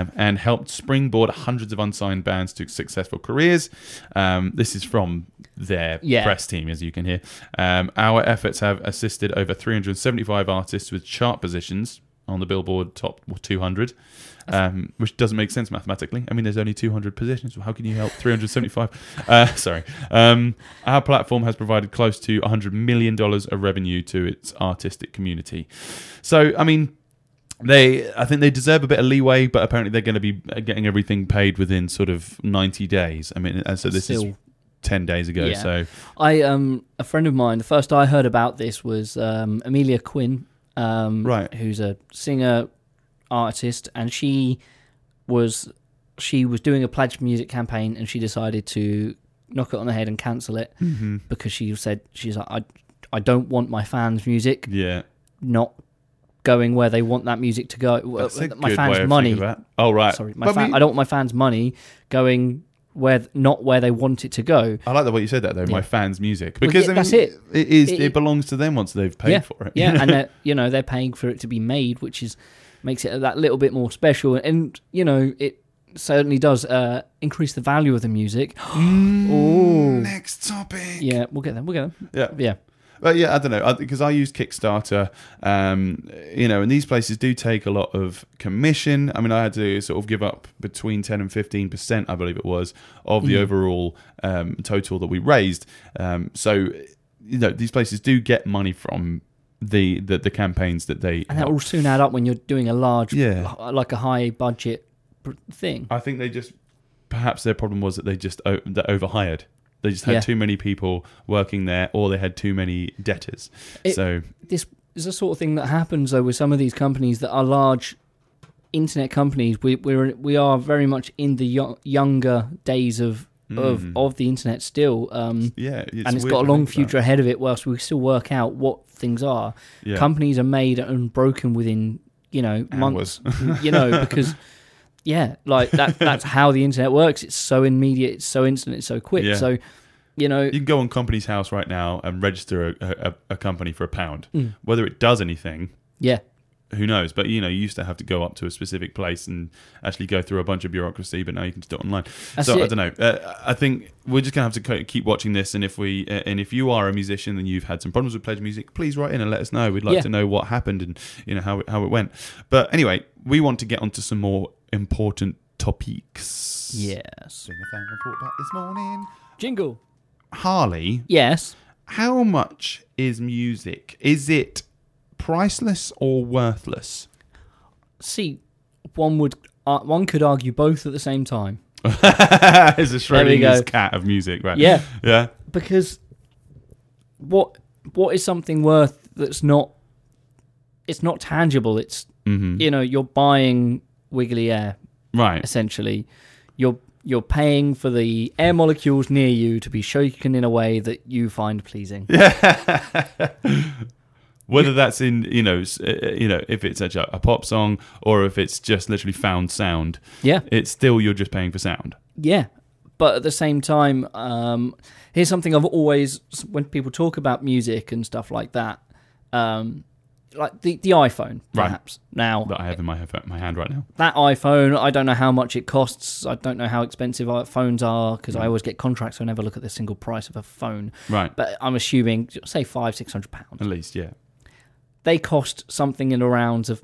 Speaker 3: um, and helped springboard hundreds of unsigned bands to successful careers. Um, this is from their
Speaker 2: Yeah.
Speaker 3: press team, as you can hear. Um, our efforts have assisted over 375 artists with chart positions on the Billboard Top 200. Um, which doesn't make sense mathematically. I mean, there's only 200 positions. Well, how can you help 375? (laughs) Uh, sorry. Um, our platform has provided close to 100 million dollars of revenue to its artistic community. So, I mean, they, I think they deserve a bit of leeway, but apparently they're going to be uh, getting everything paid within sort of 90 days. I mean, and so this is
Speaker 2: Still.
Speaker 3: 10 days ago.
Speaker 2: Yeah.
Speaker 3: So,
Speaker 2: I um a friend of mine. The first I heard about this was um, Amelia Quinn, um,
Speaker 3: Right.
Speaker 2: Who's a singer, artist, and she was she was doing a pledge music campaign, and she decided to knock it on the head and cancel it
Speaker 3: Mm-hmm.
Speaker 2: because she said she's like I I don't want my fans' music
Speaker 3: yeah,
Speaker 2: not going where they want that music to go.
Speaker 3: That's a
Speaker 2: my
Speaker 3: good way of
Speaker 2: fans'
Speaker 3: thinking
Speaker 2: money.
Speaker 3: of that. Oh, right.
Speaker 2: Sorry,
Speaker 3: But
Speaker 2: my
Speaker 3: I
Speaker 2: fan,
Speaker 3: mean-
Speaker 2: I don't want my fans' money going where not where they want it to go.
Speaker 3: I like the way you said that though. My
Speaker 2: Yeah.
Speaker 3: fans' music
Speaker 2: Well,
Speaker 3: because
Speaker 2: yeah,
Speaker 3: I mean,
Speaker 2: that's it.
Speaker 3: It is. It,
Speaker 2: It-
Speaker 3: belongs to them once they've paid
Speaker 2: yeah,
Speaker 3: for it.
Speaker 2: yeah,
Speaker 3: (laughs)
Speaker 2: and they're, you know they're paying for it to be made, which is makes it that little bit more special. And you know it certainly does uh, increase the value of the
Speaker 3: (gasps)
Speaker 2: music. Ooh.
Speaker 3: Next topic.
Speaker 2: Yeah, we'll get them. We'll get them.
Speaker 3: Yeah.
Speaker 2: Yeah,
Speaker 3: But yeah, I don't know because I use Kickstarter, um, you know, and these places do take a lot of commission. I mean, I had to sort of give up between ten and fifteen percent, I believe it was, of
Speaker 2: Mm.
Speaker 3: the overall um, total that we raised. Um, so, you know, these places do get money from the the, the campaigns that they.
Speaker 2: and that will soon add up when you're doing a large,
Speaker 3: Yeah.
Speaker 2: h- like a high budget pr- thing.
Speaker 3: I think they just perhaps their problem was that they just o- they overhired. They just had
Speaker 2: Yeah.
Speaker 3: too many people working there, or they had too many debtors.
Speaker 2: It-
Speaker 3: so
Speaker 2: this is the sort of thing that happens though with some of these companies that are large internet companies we we're we are very much in the yo- younger days of of of the internet still um
Speaker 3: yeah, Hmm. it's
Speaker 2: and it's
Speaker 3: weird
Speaker 2: got a
Speaker 3: to
Speaker 2: long
Speaker 3: think about.
Speaker 2: future ahead of it whilst we still work out what things are
Speaker 3: Yeah.
Speaker 2: companies are made and broken within you know months
Speaker 3: (laughs)
Speaker 2: you know because yeah like that that's how the internet works it's so immediate it's so instant it's so quick
Speaker 3: Yeah.
Speaker 2: so you know
Speaker 3: You can go on Company's House right now and register a, a, a company for a pound.
Speaker 2: Mm.
Speaker 3: Whether it does anything,
Speaker 2: yeah
Speaker 3: who knows? But you know, you used to have to go up to a specific place and actually go through a bunch of bureaucracy, but now you can just do it online.
Speaker 2: That's
Speaker 3: so I
Speaker 2: it.
Speaker 3: don't know. Uh, I think we're just gonna have to co- keep watching this, and if we uh, and if you are a musician and you've had some problems with pledge music, please write in and let us know. We'd like
Speaker 2: Yeah.
Speaker 3: to know what happened and you know how it, how it went. But anyway, we want to get onto some more important topics.
Speaker 2: yes
Speaker 3: Doing a fan report back this morning.
Speaker 2: jingle
Speaker 3: Harley
Speaker 2: yes
Speaker 3: how much is music? Is it priceless or worthless?
Speaker 2: see, one would uh, one could argue both at the same time
Speaker 3: (laughs) It's
Speaker 2: we
Speaker 3: a
Speaker 2: go.
Speaker 3: Schrodinger's cat of music, right?
Speaker 2: Yeah.
Speaker 3: yeah,
Speaker 2: because what what is something worth that's not it's not tangible. It's you know you're buying wiggly air
Speaker 3: Mm-hmm. right.
Speaker 2: essentially. You're you're paying for the air molecules near you to be shaken in a way that you find pleasing.
Speaker 3: Whether that's in you know s- uh, you know if it's such a, a pop song or if it's just literally found sound,
Speaker 2: Yeah,
Speaker 3: it's still you're just paying for sound.
Speaker 2: Yeah, but at the same time, um, here's something I've always when people talk about music and stuff like that, um, like the the iPhone,
Speaker 3: Right.
Speaker 2: perhaps. Now
Speaker 3: That I have in my he- my hand right now.
Speaker 2: that iPhone, I don't know how much it costs. I don't know how expensive our phones are because I always get contracts. So I never look at the single price of a phone.
Speaker 3: Right,
Speaker 2: But I'm assuming, say five, six hundred pounds.
Speaker 3: at least yeah.
Speaker 2: They cost something in the rounds of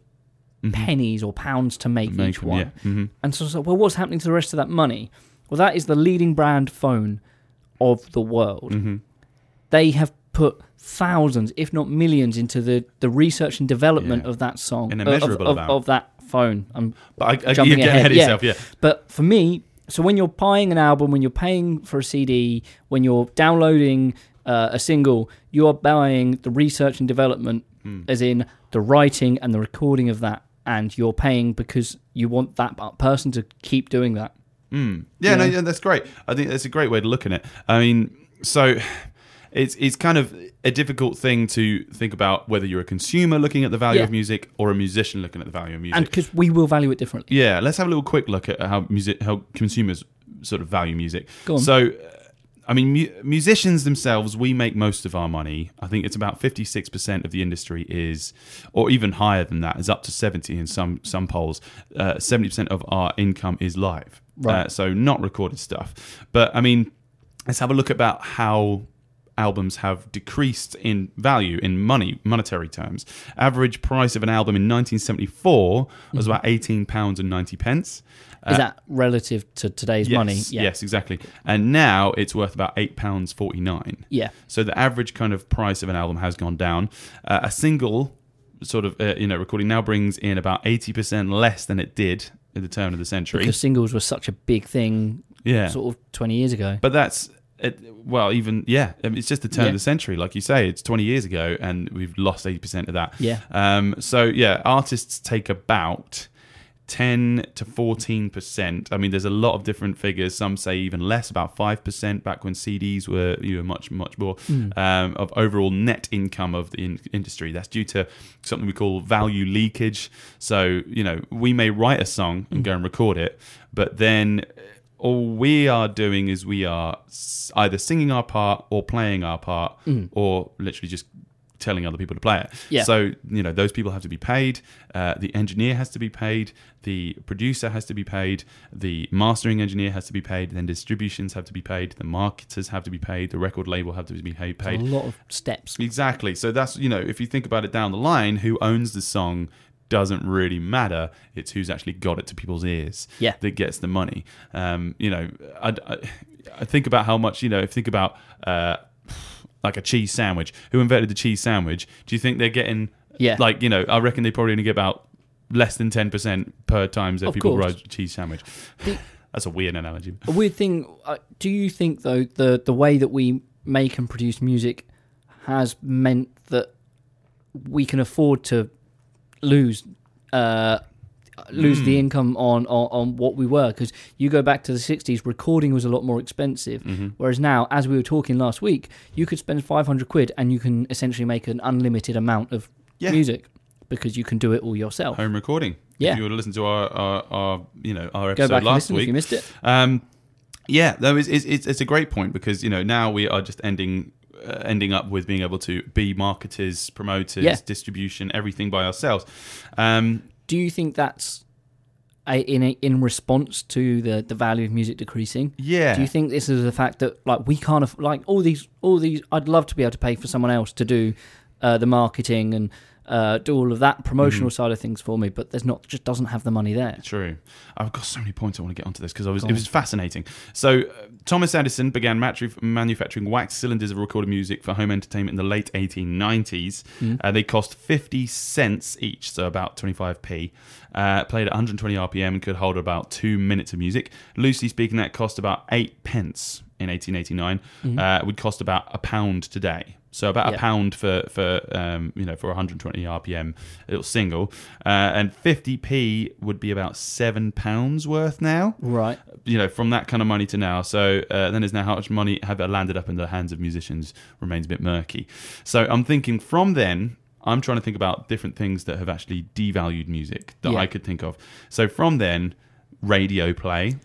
Speaker 2: pennies or pounds to make,
Speaker 3: Mm-hmm. Make
Speaker 2: each
Speaker 3: them,
Speaker 2: one.
Speaker 3: yeah. Mhm.
Speaker 2: And so, so, well, what's happening to the rest of that money? Well, that is the leading brand phone of the world.
Speaker 3: Mm-hmm.
Speaker 2: They have put thousands, if not millions, into the, the research and development
Speaker 3: Yeah.
Speaker 2: of that song,
Speaker 3: An
Speaker 2: uh,
Speaker 3: immeasurable
Speaker 2: of, of,
Speaker 3: amount.
Speaker 2: of that phone. I'm
Speaker 3: But I, I, you're
Speaker 2: jumping
Speaker 3: getting
Speaker 2: ahead,
Speaker 3: ahead of
Speaker 2: yeah.
Speaker 3: yourself, yeah.
Speaker 2: But for me, so when you're buying an album, when you're paying for a CD, when you're downloading uh, a single, you are buying the research and development,
Speaker 3: Hmm.
Speaker 2: as in the writing and the recording of that, and you're paying because you want that person to keep doing that.
Speaker 3: Yeah, no, yeah, that's great. I think that's a great way to look at it. I mean, so it's it's kind of a difficult thing to think about whether you're a consumer looking at the value
Speaker 2: Yeah.
Speaker 3: of music or a musician looking at the value of music.
Speaker 2: and because we will value it differently.
Speaker 3: yeah, let's have a little quick look at how music how consumers sort of value music.
Speaker 2: Go on.
Speaker 3: So uh, I mean, mu- musicians themselves, we make most of our money. I think it's about fifty-six percent of the industry is, or even higher than that, is up to seventy in some some polls. Uh, Seventy percent of our income is live,
Speaker 2: Right.
Speaker 3: Uh, so not recorded stuff. But I mean, let's have a look about how albums have decreased in value in money monetary terms average price of an album in 1974 was
Speaker 2: Mm-hmm.
Speaker 3: about 18 pounds and 90 pence
Speaker 2: Is that relative to today's
Speaker 3: Uh, Yes,
Speaker 2: money? Yeah.
Speaker 3: Yes, exactly. And now it's worth about eight pounds forty nine.
Speaker 2: Yeah.
Speaker 3: So the average kind of price of an album has gone down. Uh, a single sort of uh, you know recording now brings in about eighty percent less than it did at the turn of the century.
Speaker 2: Because singles were such a big thing
Speaker 3: yeah.
Speaker 2: sort of 20 years ago.
Speaker 3: But that's it, well, even yeah, I mean, it's just the turn
Speaker 2: Yeah.
Speaker 3: of the century, like you say, it's 20 years ago, and we've lost 80 percent of that.
Speaker 2: Yeah.
Speaker 3: Um. So yeah, artists take about. 10 to 14 percent. I mean, there's a lot of different figures. Some say even less, about five percent back when CDs were you know much much more um, of overall net income of the in- industry. That's due to something we call value leakage. So you know we may write a song and go and record it, but then all we are doing is we are s- either singing our part or playing our part or literally just telling other people to play it.
Speaker 2: Yeah.
Speaker 3: So, you know, those people have to be paid. Uh, the engineer has to be paid. The producer has to be paid. The mastering engineer has to be paid. Then distributions have to be paid. The marketers have to be paid. The record label have to be paid.
Speaker 2: a
Speaker 3: paid.
Speaker 2: lot of steps.
Speaker 3: Exactly. So that's you know, if you think about it down the line, who owns the song doesn't really matter. It's who's actually got it to people's ears
Speaker 2: Yeah.
Speaker 3: that gets the money. Um, you know, I, I, I think about how much you know. If you think about uh, like a cheese sandwich, who invented the cheese sandwich? Do you think they're getting?
Speaker 2: Yeah.
Speaker 3: Like you know, I reckon they probably only get about less than ten percent per times that
Speaker 2: Of
Speaker 3: people
Speaker 2: course.
Speaker 3: write cheese sandwich.
Speaker 2: The-
Speaker 3: (laughs) That's a weird analogy.
Speaker 2: A weird thing. Uh, do you think though the the way that we make and produce music has meant that we can afford to lose uh, lose the
Speaker 3: Hmm.
Speaker 2: income on, on on what we were? Because you go back to the '60s, recording was a lot more expensive.
Speaker 3: Mm-hmm.
Speaker 2: Whereas now, as we were talking last week, you could spend 500 quid and you can essentially make an unlimited amount of
Speaker 3: Yeah.
Speaker 2: music because you can do it all yourself.
Speaker 3: Home recording.
Speaker 2: Yeah.
Speaker 3: If you were to listen to our, our, our you know our
Speaker 2: Go
Speaker 3: episode
Speaker 2: back and
Speaker 3: last
Speaker 2: listen
Speaker 3: week.
Speaker 2: if you missed it.
Speaker 3: Um, yeah, though it's, it's it's it's a great point because you know now we are just ending uh, ending up with being able to be marketers, promoters,
Speaker 2: Yeah.
Speaker 3: distribution, everything by ourselves. Um,
Speaker 2: do you think that's a, in a, in response to the the value of music decreasing?
Speaker 3: yeah,
Speaker 2: Do you think this is the fact that like we can't aff- like all these all these? I'd love to be able to pay for someone else to do uh, the marketing and uh, do all of that promotional
Speaker 3: Mm-hmm.
Speaker 2: side of things for me, but there's not just doesn't have the money there.
Speaker 3: True. I've got so many points I want to get onto this because I was it was fascinating. So uh, Thomas Edison began matru- manufacturing wax cylinders of recorded music for home entertainment in the late 1890s. Uh, they cost 50 cents each, so about 25p. Uh, played at 120 RPM and could hold about two minutes of music. Loosely speaking, that cost about eight pence in 1889. Uh, would cost about a pound today. So about
Speaker 2: Mm-hmm. Yeah.
Speaker 3: a pound for for um, you know for 120 RPM little single, uh, and 50p would be about seven pounds worth now.
Speaker 2: Right.
Speaker 3: You know, from that kind of money to now. So uh, then is now how much money have landed up in the hands of musicians remains a bit murky. So I'm thinking from then. I'm trying to think about different things that have actually devalued music that
Speaker 2: Yeah.
Speaker 3: I could think of. So from then, radio play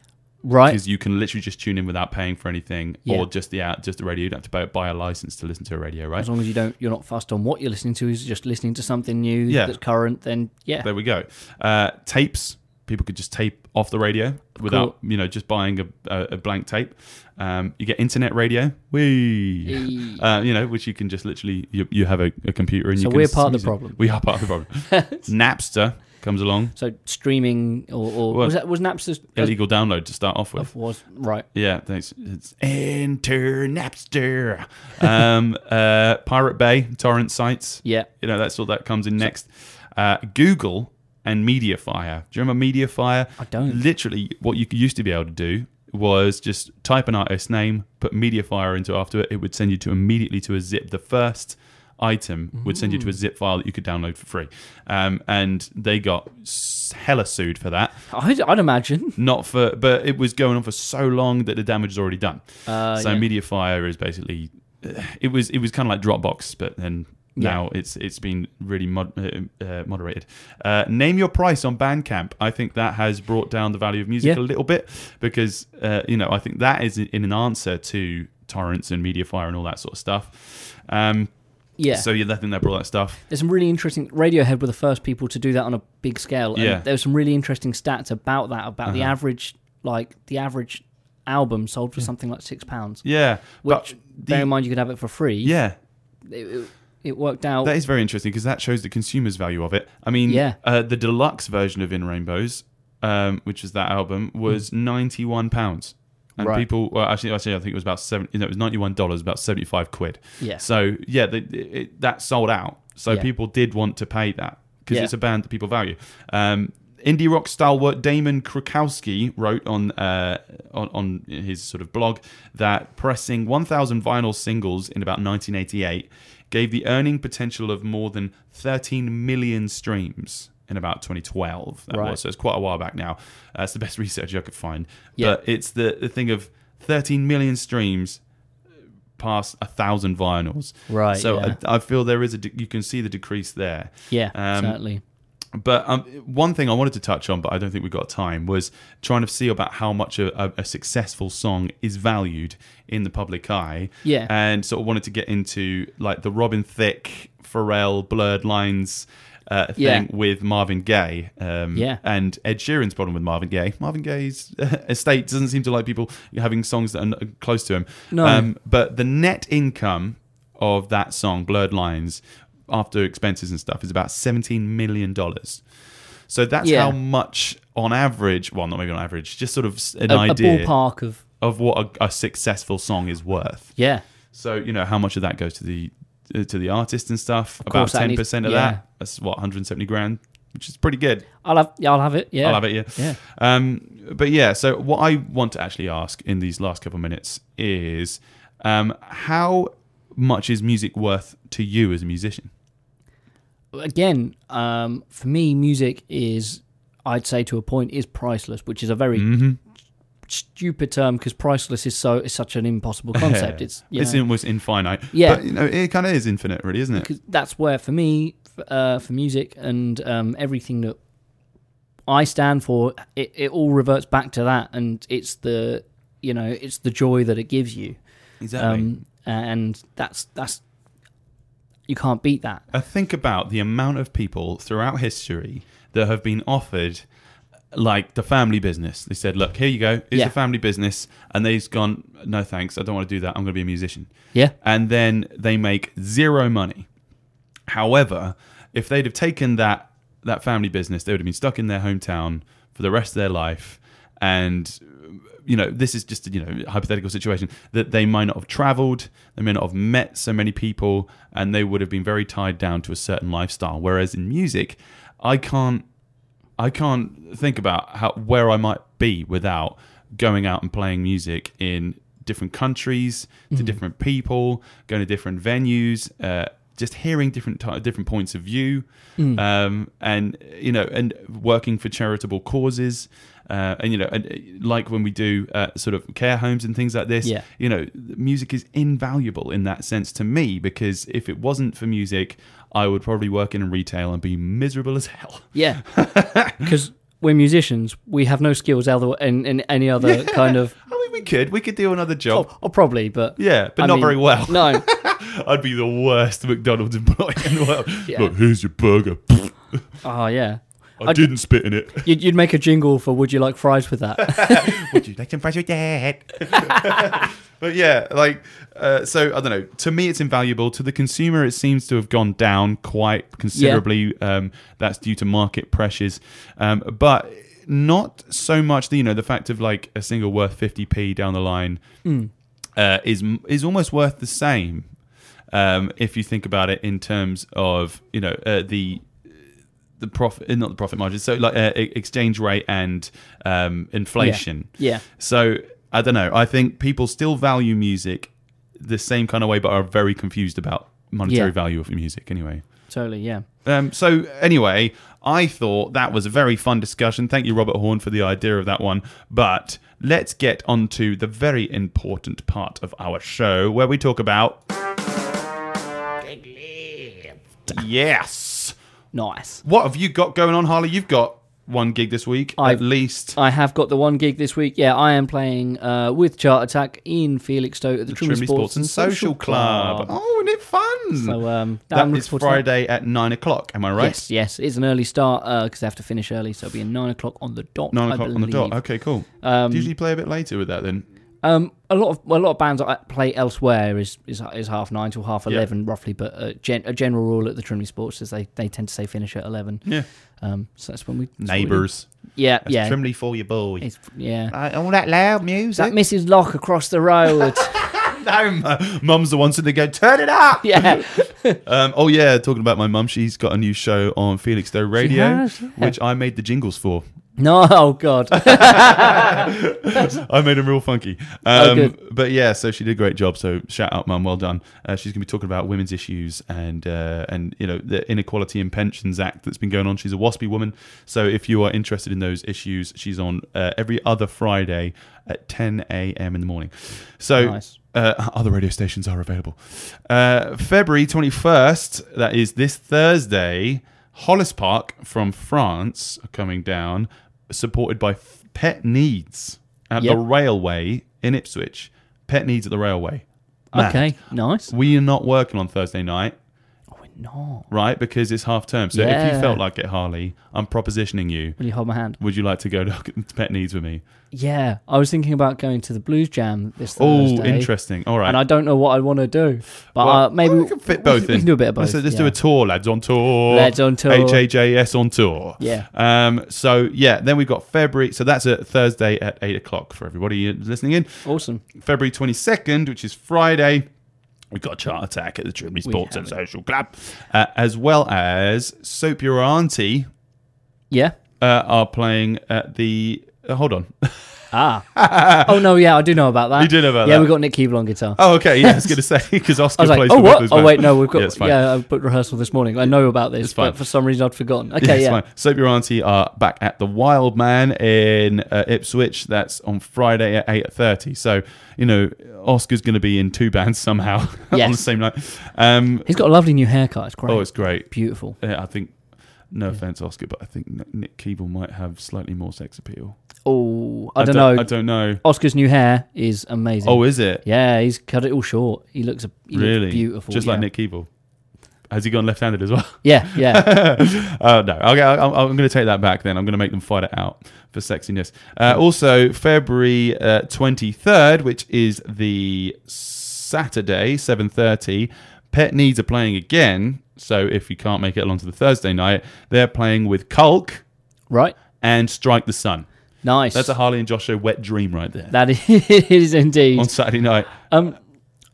Speaker 2: Right.
Speaker 3: because you can literally just tune in without paying for anything,
Speaker 2: Yeah.
Speaker 3: or just the out, just the radio. You don't have to buy, buy a license to listen to a radio, right?
Speaker 2: As long as you don't, you're not fussed on what you're listening to. Is just listening to something new
Speaker 3: Yeah.
Speaker 2: that's current. Then yeah,
Speaker 3: There we go. Uh, tapes. People could just tape off the radio without, you know, just buying a, a, a blank tape. Um, you get internet radio, we,
Speaker 2: Hey.
Speaker 3: uh, you know, which you can just literally you, you have a, a computer and
Speaker 2: So
Speaker 3: you can
Speaker 2: we're part of the
Speaker 3: music.
Speaker 2: problem.
Speaker 3: We are part
Speaker 2: (laughs)
Speaker 3: of the problem. Napster comes along,
Speaker 2: so streaming or, or
Speaker 3: Well,
Speaker 2: was that was Napster
Speaker 3: illegal download to start off with.
Speaker 2: was right.
Speaker 3: Yeah, thanks. It's Enter Napster. um, (laughs) uh, Pirate Bay, torrent sites.
Speaker 2: Yeah.
Speaker 3: You know, that's all that comes in next. Uh, Google and MediaFire. Do you remember MediaFire?
Speaker 2: I don't.
Speaker 3: Literally, what you used to be able to do was just type an artist name, put MediaFire into after it. It would send you to immediately to a zip. The first item would send you
Speaker 2: Mm.
Speaker 3: to a zip file that you could download for free. Um, and they got s- hella sued for that
Speaker 2: I'd, I'd imagine. (laughs)
Speaker 3: not for but it was going on for so long that the damage is already done
Speaker 2: Uh,
Speaker 3: so
Speaker 2: yeah.
Speaker 3: media fire is basically it was it was kind of like dropbox but then now it's it's been really mod, uh, uh, moderated uh, name your price on bandcamp i think that has brought down the value of music
Speaker 2: Yeah.
Speaker 3: a little bit because uh, you know i think that is in an answer to torrents and MediaFire and all that sort of stuff. Um,
Speaker 2: Yeah.
Speaker 3: So yeah, I think they brought that stuff.
Speaker 2: There's some really interesting. Radiohead were the first people to do that on a big scale. And
Speaker 3: Yeah. Uh-huh.
Speaker 2: There were some really interesting stats about that, about the average, like the average album sold for something like six pounds.
Speaker 3: Yeah,
Speaker 2: Which,
Speaker 3: but
Speaker 2: bear
Speaker 3: the-
Speaker 2: in mind, you could have it for free.
Speaker 3: yeah,
Speaker 2: It, it- it worked out.
Speaker 3: That is very interesting because that shows the consumer's value of it. I mean,
Speaker 2: Yeah.
Speaker 3: uh, the deluxe version of In Rainbows, um, which was that album, was ninety one pounds, and
Speaker 2: Hmm. Right.
Speaker 3: people. Well, actually, actually, I think it was about seven. No, it was ninety one dollars, about seventy five quid.
Speaker 2: Yeah.
Speaker 3: So yeah, the, it, that sold out. So
Speaker 2: Yeah.
Speaker 3: people did want to pay that because
Speaker 2: Yeah.
Speaker 3: it's a band that people value. Um, indie rock stalwart Damon Krukowski wrote on, uh, on on his sort of blog that pressing 1,000 vinyl singles in about 1988 gave the earning potential of more than 13 million streams in about 2012. That
Speaker 2: Right.
Speaker 3: was so it's quite a while back now. Uh, it's the best (laughs) research I could find.
Speaker 2: Yeah.
Speaker 3: But it's the, the thing of 13 million streams past a thousand vinyls.
Speaker 2: Right,
Speaker 3: So
Speaker 2: yeah.
Speaker 3: I, I feel there is a de- you can see the decrease there.
Speaker 2: yeah,
Speaker 3: Um,
Speaker 2: certainly.
Speaker 3: But um, one thing I wanted to touch on, but I don't think we got time, was trying to see about how much a, a, a successful song is valued in the public eye.
Speaker 2: Yeah.
Speaker 3: And sort of wanted to get into like the Robin Thicke, Pharrell, Blurred Lines. Uh, thing
Speaker 2: Yeah.
Speaker 3: with Marvin Gaye, um,
Speaker 2: Yeah.
Speaker 3: and Ed Sheeran's problem with Marvin Gaye. Marvin Gaye's (laughs) estate doesn't seem to like people having songs that are n- close to him.
Speaker 2: No.
Speaker 3: Um, but the net income of that song, Blurred Lines, after expenses and stuff, is about seventeen million dollars. So that's
Speaker 2: Yeah.
Speaker 3: how much, on average, well, not maybe on average, just sort of s- an
Speaker 2: A, a
Speaker 3: idea
Speaker 2: ballpark of
Speaker 3: of what a, a successful song is worth.
Speaker 2: yeah.
Speaker 3: So you know how much of that goes to the uh, to the artist and stuff. About
Speaker 2: course, that
Speaker 3: ten
Speaker 2: needs-
Speaker 3: percent of
Speaker 2: yeah.
Speaker 3: that. That's what 170 grand, which is pretty good.
Speaker 2: I'll have. Yeah, I'll have it. Yeah.
Speaker 3: I'll have it. Yeah.
Speaker 2: Yeah.
Speaker 3: Um, but yeah, so what I want to actually ask in these last couple of minutes is, um, how much is music worth to you as a musician?
Speaker 2: again, um, for me, music is, I'd say to a point, is priceless, which is a very
Speaker 3: Mm-hmm.
Speaker 2: stupid term because priceless is so is such an impossible
Speaker 3: (laughs)
Speaker 2: concept. It's you
Speaker 3: it's
Speaker 2: know,
Speaker 3: almost infinite.
Speaker 2: Yeah.
Speaker 3: But you know, it kind of is infinite, really, isn't it?
Speaker 2: 'cause that's where for me, f- uh, for music and um, everything that I stand for, it, it all reverts back to that, and it's the you know it's the joy that it gives you,
Speaker 3: Exactly.
Speaker 2: um, and that's that's you can't beat that.
Speaker 3: I Uh, think about the amount of people throughout history that have been offered like the family business. They said, "Look, here you go. Here's
Speaker 2: Yeah.
Speaker 3: the family business," and they've gone, "No thanks. I don't want to do that. I'm going to be a musician."
Speaker 2: Yeah,
Speaker 3: and then they make zero money. However, if they'd have taken that that family business, they would have been stuck in their hometown for the rest of their life. And you know, this is just you know hypothetical situation that they might not have travelled, they may not have met so many people, and they would have been very tied down to a certain lifestyle. Whereas in music, I can't I can't think about how where I might be without going out and playing music in different countries to different people, going to different venues, uh, just hearing different ty different points of view, um, and you know, and working for charitable causes, uh, and you know, and uh, like when we do uh, sort of care homes and things like this,
Speaker 2: Yeah.
Speaker 3: you know, music is invaluable in that sense to me because if it wasn't for music. I would probably work in retail and be miserable as hell. (laughs)
Speaker 2: Yeah, because we're musicians. We have no skills other in, in any other kind
Speaker 3: (laughs)
Speaker 2: of.
Speaker 3: I mean, we could. We could do another job.
Speaker 2: Oh, oh, probably, but
Speaker 3: Yeah, but
Speaker 2: I
Speaker 3: not
Speaker 2: mean,
Speaker 3: very well. (laughs)
Speaker 2: No,
Speaker 3: I'd be the worst McDonald's employee in (laughs) the world.
Speaker 2: Yeah.
Speaker 3: Look, here's your burger.
Speaker 2: oh yeah,
Speaker 3: I didn't spit in it.
Speaker 2: you'd, you'd make a jingle for "Would you like fries with that?"
Speaker 3: Would you like some fries with that? (laughs) but yeah, like, uh, so I don't know. To me, it's invaluable. To the consumer, it seems to have gone down quite considerably. Um, that's due to market pressures, um, but not so much. The, you know, the fact of like a single worth 50p down the line uh, is is almost worth the same um, if you think about it in terms of you know uh, the the profit not the profit margin so like uh, e- exchange rate and um, inflation
Speaker 2: Yeah.
Speaker 3: so I don't know I think people still value music the same kind of way but are very confused about monetary
Speaker 2: Yeah.
Speaker 3: value of music anyway
Speaker 2: totally, yeah.
Speaker 3: um, so anyway, I thought that was a very fun discussion. Thank you, Robert Horn, for the idea of that one. But let's get on to the very important part of our show where we talk about. Yes.
Speaker 2: Nice.
Speaker 3: What have you got going on, Harley? You've got one gig this week
Speaker 2: I've-
Speaker 3: at least.
Speaker 2: I have got the one gig this week. Yeah, I am playing uh, with Chart Attack in Felixstowe at the, Truman
Speaker 3: Trimley Sports and Social Club. Oh, isn't it fun?
Speaker 2: So um, I'm
Speaker 3: that
Speaker 2: looking
Speaker 3: is
Speaker 2: forward to that.
Speaker 3: Friday at nine o'clock. Am I right?
Speaker 2: Yes, yes. It's an early start because they have to finish early, so it'll be a nine o'clock on the dot.
Speaker 3: Nine
Speaker 2: I
Speaker 3: o'clock on the dot.
Speaker 2: believe.
Speaker 3: Okay, cool.
Speaker 2: Um,
Speaker 3: Do you usually play a bit later with that then?
Speaker 2: Um, a lot of well, a lot of bands I play elsewhere is is, is half nine till half
Speaker 3: Yeah.
Speaker 2: eleven roughly, but uh, gen- a general rule at the Trinity Sports is they, they tend to say finish at eleven.
Speaker 3: Yeah.
Speaker 2: Um, so that's when we that's what we do.
Speaker 3: (laughs) Neighbours.
Speaker 2: yeah, yeah,
Speaker 3: Trimley for your boy.
Speaker 2: it's, yeah.
Speaker 3: Uh, all that loud
Speaker 2: Is that
Speaker 3: music.
Speaker 2: Mrs. Locke across the road? (laughs)
Speaker 3: (laughs) No, mu- mum's the one sitting there going, turn it up.
Speaker 2: yeah,
Speaker 3: Um, oh, yeah, talking about my mum, she's got a new show on Felixstowe Radio,
Speaker 2: has, yeah.
Speaker 3: which I made the jingles for.
Speaker 2: no, (laughs) oh
Speaker 3: (laughs)
Speaker 2: god,
Speaker 3: I made them real funky. Um,
Speaker 2: Oh, good.
Speaker 3: But yeah, so she did a great job. So shout out, mum, well done. Uh, she's going to be talking about women's issues and uh, and you know the Inequality in Pensions Act that's been going on. She's a waspy woman, so if you are interested in those issues, she's on uh, every other Friday at 10 a.m. in the morning. So.
Speaker 2: Nice.
Speaker 3: Uh, (laughs) other radio stations are available. Uh, February 21st, that is this Thursday, Hollis Park from France are coming down, supported by F- Pet Needs at
Speaker 2: Yep.
Speaker 3: the railway in Ipswich. Pet Needs at the railway. Matt,
Speaker 2: okay, nice.
Speaker 3: We are not working on Thursday night,
Speaker 2: Oh, we're not.
Speaker 3: right? Because it's half term. So if
Speaker 2: Yeah.
Speaker 3: you felt like it, Harley, I'm propositioning you.
Speaker 2: Will you hold my hand?
Speaker 3: Would you like to go (laughs) to Pet Needs with me?
Speaker 2: Yeah, I was thinking about going to the blues jam this
Speaker 3: Oh,
Speaker 2: Thursday.
Speaker 3: interesting. All right.
Speaker 2: And I don't know what I want to do, but
Speaker 3: Well,
Speaker 2: uh, maybe
Speaker 3: we can fit both
Speaker 2: We
Speaker 3: in.
Speaker 2: can do a bit of both.
Speaker 3: Let's, let's
Speaker 2: yeah.
Speaker 3: do a tour, lads on tour.
Speaker 2: Lads on tour.
Speaker 3: HHAS on tour.
Speaker 2: Yeah.
Speaker 3: Um. So yeah, then we've got February. So that's a Thursday at eight o'clock for everybody listening in.
Speaker 2: Awesome.
Speaker 3: February twenty second, which is Friday. We've got Chart Attack at the Trimley Sports
Speaker 2: have
Speaker 3: and Social Club, uh, as well as Soap Your Auntie
Speaker 2: Yeah.
Speaker 3: uh, are playing at the. Uh, hold on. (laughs)
Speaker 2: Ah. oh no, yeah, I do know about that.
Speaker 3: You do know about
Speaker 2: yeah,
Speaker 3: that.
Speaker 2: we got Nick Keeble on guitar.
Speaker 3: Oh, okay. Yeah,
Speaker 2: (laughs)
Speaker 3: I was going to say because Oscar
Speaker 2: I was
Speaker 3: plays.
Speaker 2: like, oh
Speaker 3: the
Speaker 2: what?
Speaker 3: Waffles
Speaker 2: Oh
Speaker 3: band.
Speaker 2: wait, no, we've got
Speaker 3: (laughs) Yeah,
Speaker 2: yeah,
Speaker 3: it's fine.
Speaker 2: I booked rehearsal this morning. I know about this,
Speaker 3: fine.
Speaker 2: but for some reason I'd forgotten.
Speaker 3: Yeah,
Speaker 2: Okay,
Speaker 3: it's
Speaker 2: yeah,
Speaker 3: fine. Soap Your Auntie are back at the Wild Man in uh, Ipswich. That's on Friday at eight thirty. So you know Oscar's going to be in two bands somehow (laughs) on the
Speaker 2: Yes.
Speaker 3: same night. Um,
Speaker 2: he's got a lovely new haircut. It's great.
Speaker 3: oh, it's great.
Speaker 2: beautiful.
Speaker 3: Yeah, I think. No offense, Oscar, but I think N- Nick Keeble might have slightly more sex appeal.
Speaker 2: Oh, I, don't, know.
Speaker 3: I don't know.
Speaker 2: Oscar's new hair is amazing.
Speaker 3: Oh, is it
Speaker 2: yeah, he's cut it all short. He looks a he looks
Speaker 3: really
Speaker 2: beautiful,
Speaker 3: Just like
Speaker 2: yeah.
Speaker 3: Nick Keeble. Has he gone left-handed as well?
Speaker 2: Yeah,
Speaker 3: (laughs)
Speaker 2: yeah.
Speaker 3: uh, no, okay, I, I'm, I'm going to take that back then. I'm going to make them fight it out for sexiness. Uh, also, February uh, 23rd, which is the Saturday, 7.30, Pet Needs are playing again. So if you can't make it along to the Thursday night, they're playing with Kulk
Speaker 2: right.
Speaker 3: and Strike the Sun.
Speaker 2: Nice.
Speaker 3: That's a Harley and Joshua wet dream right there.
Speaker 2: (laughs) that is, it is indeed.
Speaker 3: on
Speaker 2: (laughs)
Speaker 3: Saturday night.
Speaker 2: Um,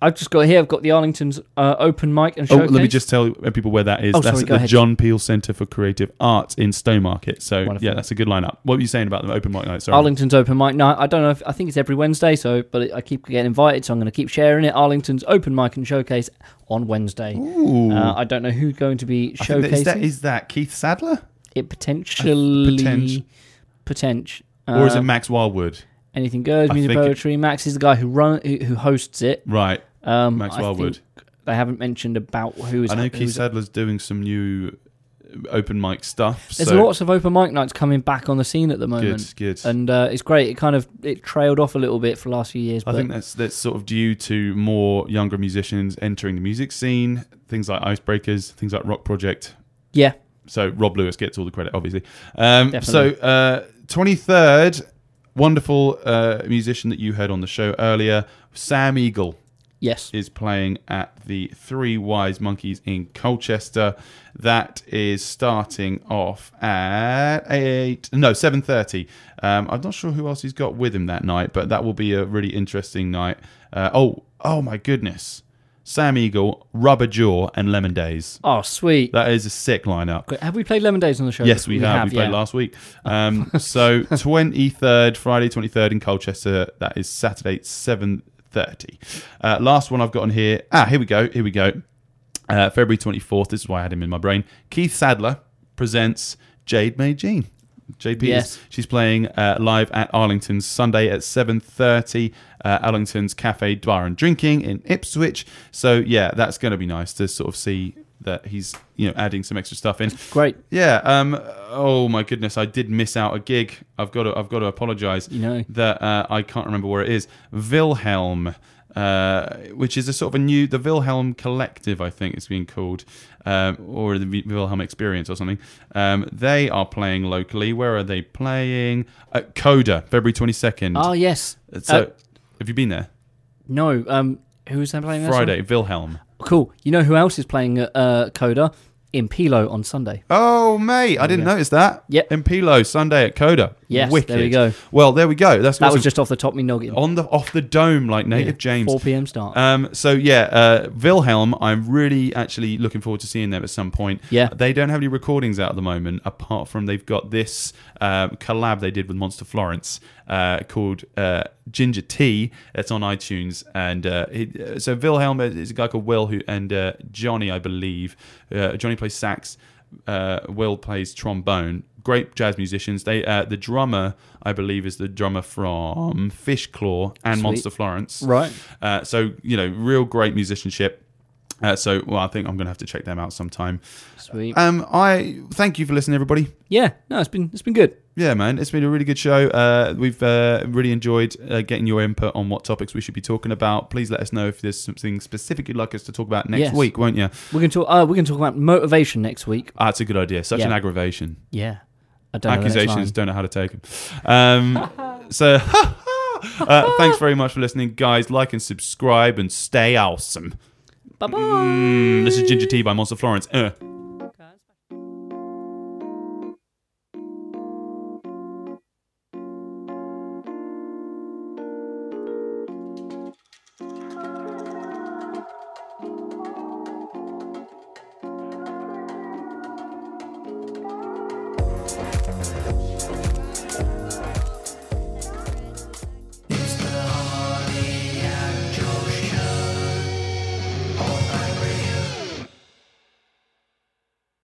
Speaker 2: I've just got here. I've got the Arlington's uh, open mic and
Speaker 3: Oh,
Speaker 2: showcase.
Speaker 3: let me just tell people where that is.
Speaker 2: Oh,
Speaker 3: that's
Speaker 2: sorry,
Speaker 3: at
Speaker 2: go
Speaker 3: the
Speaker 2: ahead.
Speaker 3: John Peel Centre for Creative Arts in Stowmarket. So
Speaker 2: Wonderful.
Speaker 3: yeah, that's a good lineup. What were you saying about the open mic night? Sorry.
Speaker 2: Arlington's open mic night. I don't know if I think it's every Wednesday, so but I keep getting invited, so I'm going to keep sharing it. Arlington's open mic and showcase on Wednesday.
Speaker 3: Ooh.
Speaker 2: Uh, I don't know who's going to be
Speaker 3: I think that-
Speaker 2: showcasing
Speaker 3: Is that, is that Keith Sadler
Speaker 2: it potentially.
Speaker 3: Potenti-
Speaker 2: Potential. Potential.
Speaker 3: or
Speaker 2: Uh,
Speaker 3: is it Max Wildwood?
Speaker 2: anything goes?
Speaker 3: I
Speaker 2: Music
Speaker 3: think it-
Speaker 2: poetry. Max is the guy who run who, who hosts it.
Speaker 3: Right.
Speaker 2: Um,
Speaker 3: Max
Speaker 2: I think
Speaker 3: Wildwood.
Speaker 2: They haven't mentioned about who is.
Speaker 3: I know
Speaker 2: who's-
Speaker 3: Keith Sadler's doing some new open mic stuff.
Speaker 2: There's
Speaker 3: so
Speaker 2: lots of open mic nights coming back on the scene at the moment.
Speaker 3: good, good.
Speaker 2: and uh, it's great. It kind of it trailed off a little bit for the last few years,
Speaker 3: I
Speaker 2: but
Speaker 3: think that's that's sort of due to more younger musicians entering the music scene, things like Icebreakers, things like Rock Project.
Speaker 2: yeah,
Speaker 3: So Rob Lewis gets all the credit, obviously. Um,
Speaker 2: Definitely.
Speaker 3: so uh, 23rd, wonderful uh, musician that you heard on the show earlier, Sam Eagle.
Speaker 2: yes,
Speaker 3: is playing at the Three Wise Monkeys in Colchester. That is starting off at eight, no seven thirty. Um, I'm not sure who else he's got with him that night, but that will be a really interesting night. Uh, oh, oh my goodness! Sam Eagle, Rubber Jaw, and Lemon Days.
Speaker 2: oh sweet.
Speaker 3: That is a sick lineup.
Speaker 2: Great. Have we played Lemon Days on the show?
Speaker 3: Yes, we, have. We played
Speaker 2: yeah.
Speaker 3: last week. Um, so twenty third, Friday twenty third in Colchester. That is Saturday seven thirty. Uh, last one I've got on here. Ah, here we go. Here we go. Uh, February twenty fourth. This is why I had him in my brain. Keith Sadler presents Jade May Jean. Jade Peters.
Speaker 2: Yes.
Speaker 3: She's playing uh, live at Arlington's Sunday at 7.30, uh, Arlington's Cafe Bar and Drinking in Ipswich. So, yeah, that's going to be nice to sort of see that he's you know adding some extra stuff in.
Speaker 2: Great.
Speaker 3: Yeah. Um. Oh my goodness, I did miss out a gig. I've got to. I've got to apologise.
Speaker 2: You know.
Speaker 3: that uh, I can't remember where it is. Wilhelm, uh, which is a sort of a new the Wilhelm Collective, I think it's being called, um, or the Vi- Wilhelm Experience or something. Um, they are playing locally. Where are they playing? At Coda, February twenty second.
Speaker 2: Oh yes.
Speaker 3: so,
Speaker 2: Uh,
Speaker 3: have you been there?
Speaker 2: no. Um, who's that playing? this one?
Speaker 3: Friday, Wilhelm.
Speaker 2: Cool. You know who else is playing at uh, Coda? In Pilo on Sunday.
Speaker 3: Oh, mate, I didn't notice that.
Speaker 2: Yep.
Speaker 3: Impilo Sunday at Coda.
Speaker 2: Yes,
Speaker 3: Wicked.
Speaker 2: there we go.
Speaker 3: Well, there we go. That's
Speaker 2: That
Speaker 3: what's
Speaker 2: was just off the top of me noggin.
Speaker 3: on the off the dome like native James.
Speaker 2: 4 p.m. start.
Speaker 3: Um, so yeah, uh, Wilhelm, I'm really actually looking forward to seeing them at some point.
Speaker 2: Yeah.
Speaker 3: they don't have any recordings out at the moment, apart from they've got this um, collab they did with Monster Florence uh, called uh, Ginger Tea. It's on iTunes, and uh, it, so Wilhelm is a guy called Will who and uh, Johnny, I believe. Uh, Johnny plays sax. Uh, Will plays trombone. Great jazz musicians. They uh, the drummer, I believe, is the drummer from Fish Claw and
Speaker 2: Sweet.
Speaker 3: Monster Florence.
Speaker 2: Right.
Speaker 3: Uh, so you know, real great musicianship. Uh, so well, I think I'm going to have to check them out sometime.
Speaker 2: Sweet.
Speaker 3: Um, I thank you for listening, everybody.
Speaker 2: yeah. No, it's been it's been good.
Speaker 3: Yeah, man, it's been a really good show. Uh, we've uh, really enjoyed uh, getting your input on what topics we should be talking about. Please let us know if there's something specific you'd like us to talk about next
Speaker 2: Yes.
Speaker 3: week, won't you?
Speaker 2: We're gonna talk. Uh, we're gonna talk about motivation next week.
Speaker 3: Ah, that's a good idea. Such
Speaker 2: Yeah.
Speaker 3: an aggravation.
Speaker 2: Yeah. I don't know the next
Speaker 3: Accusations
Speaker 2: line.
Speaker 3: don't know how to take them.
Speaker 2: (laughs)
Speaker 3: Um, so. (laughs) uh, thanks very much for listening, guys. Like and subscribe and stay awesome.
Speaker 2: Bye-bye.
Speaker 3: Mm, this is Ginger Tea by Monster Florence. Uh.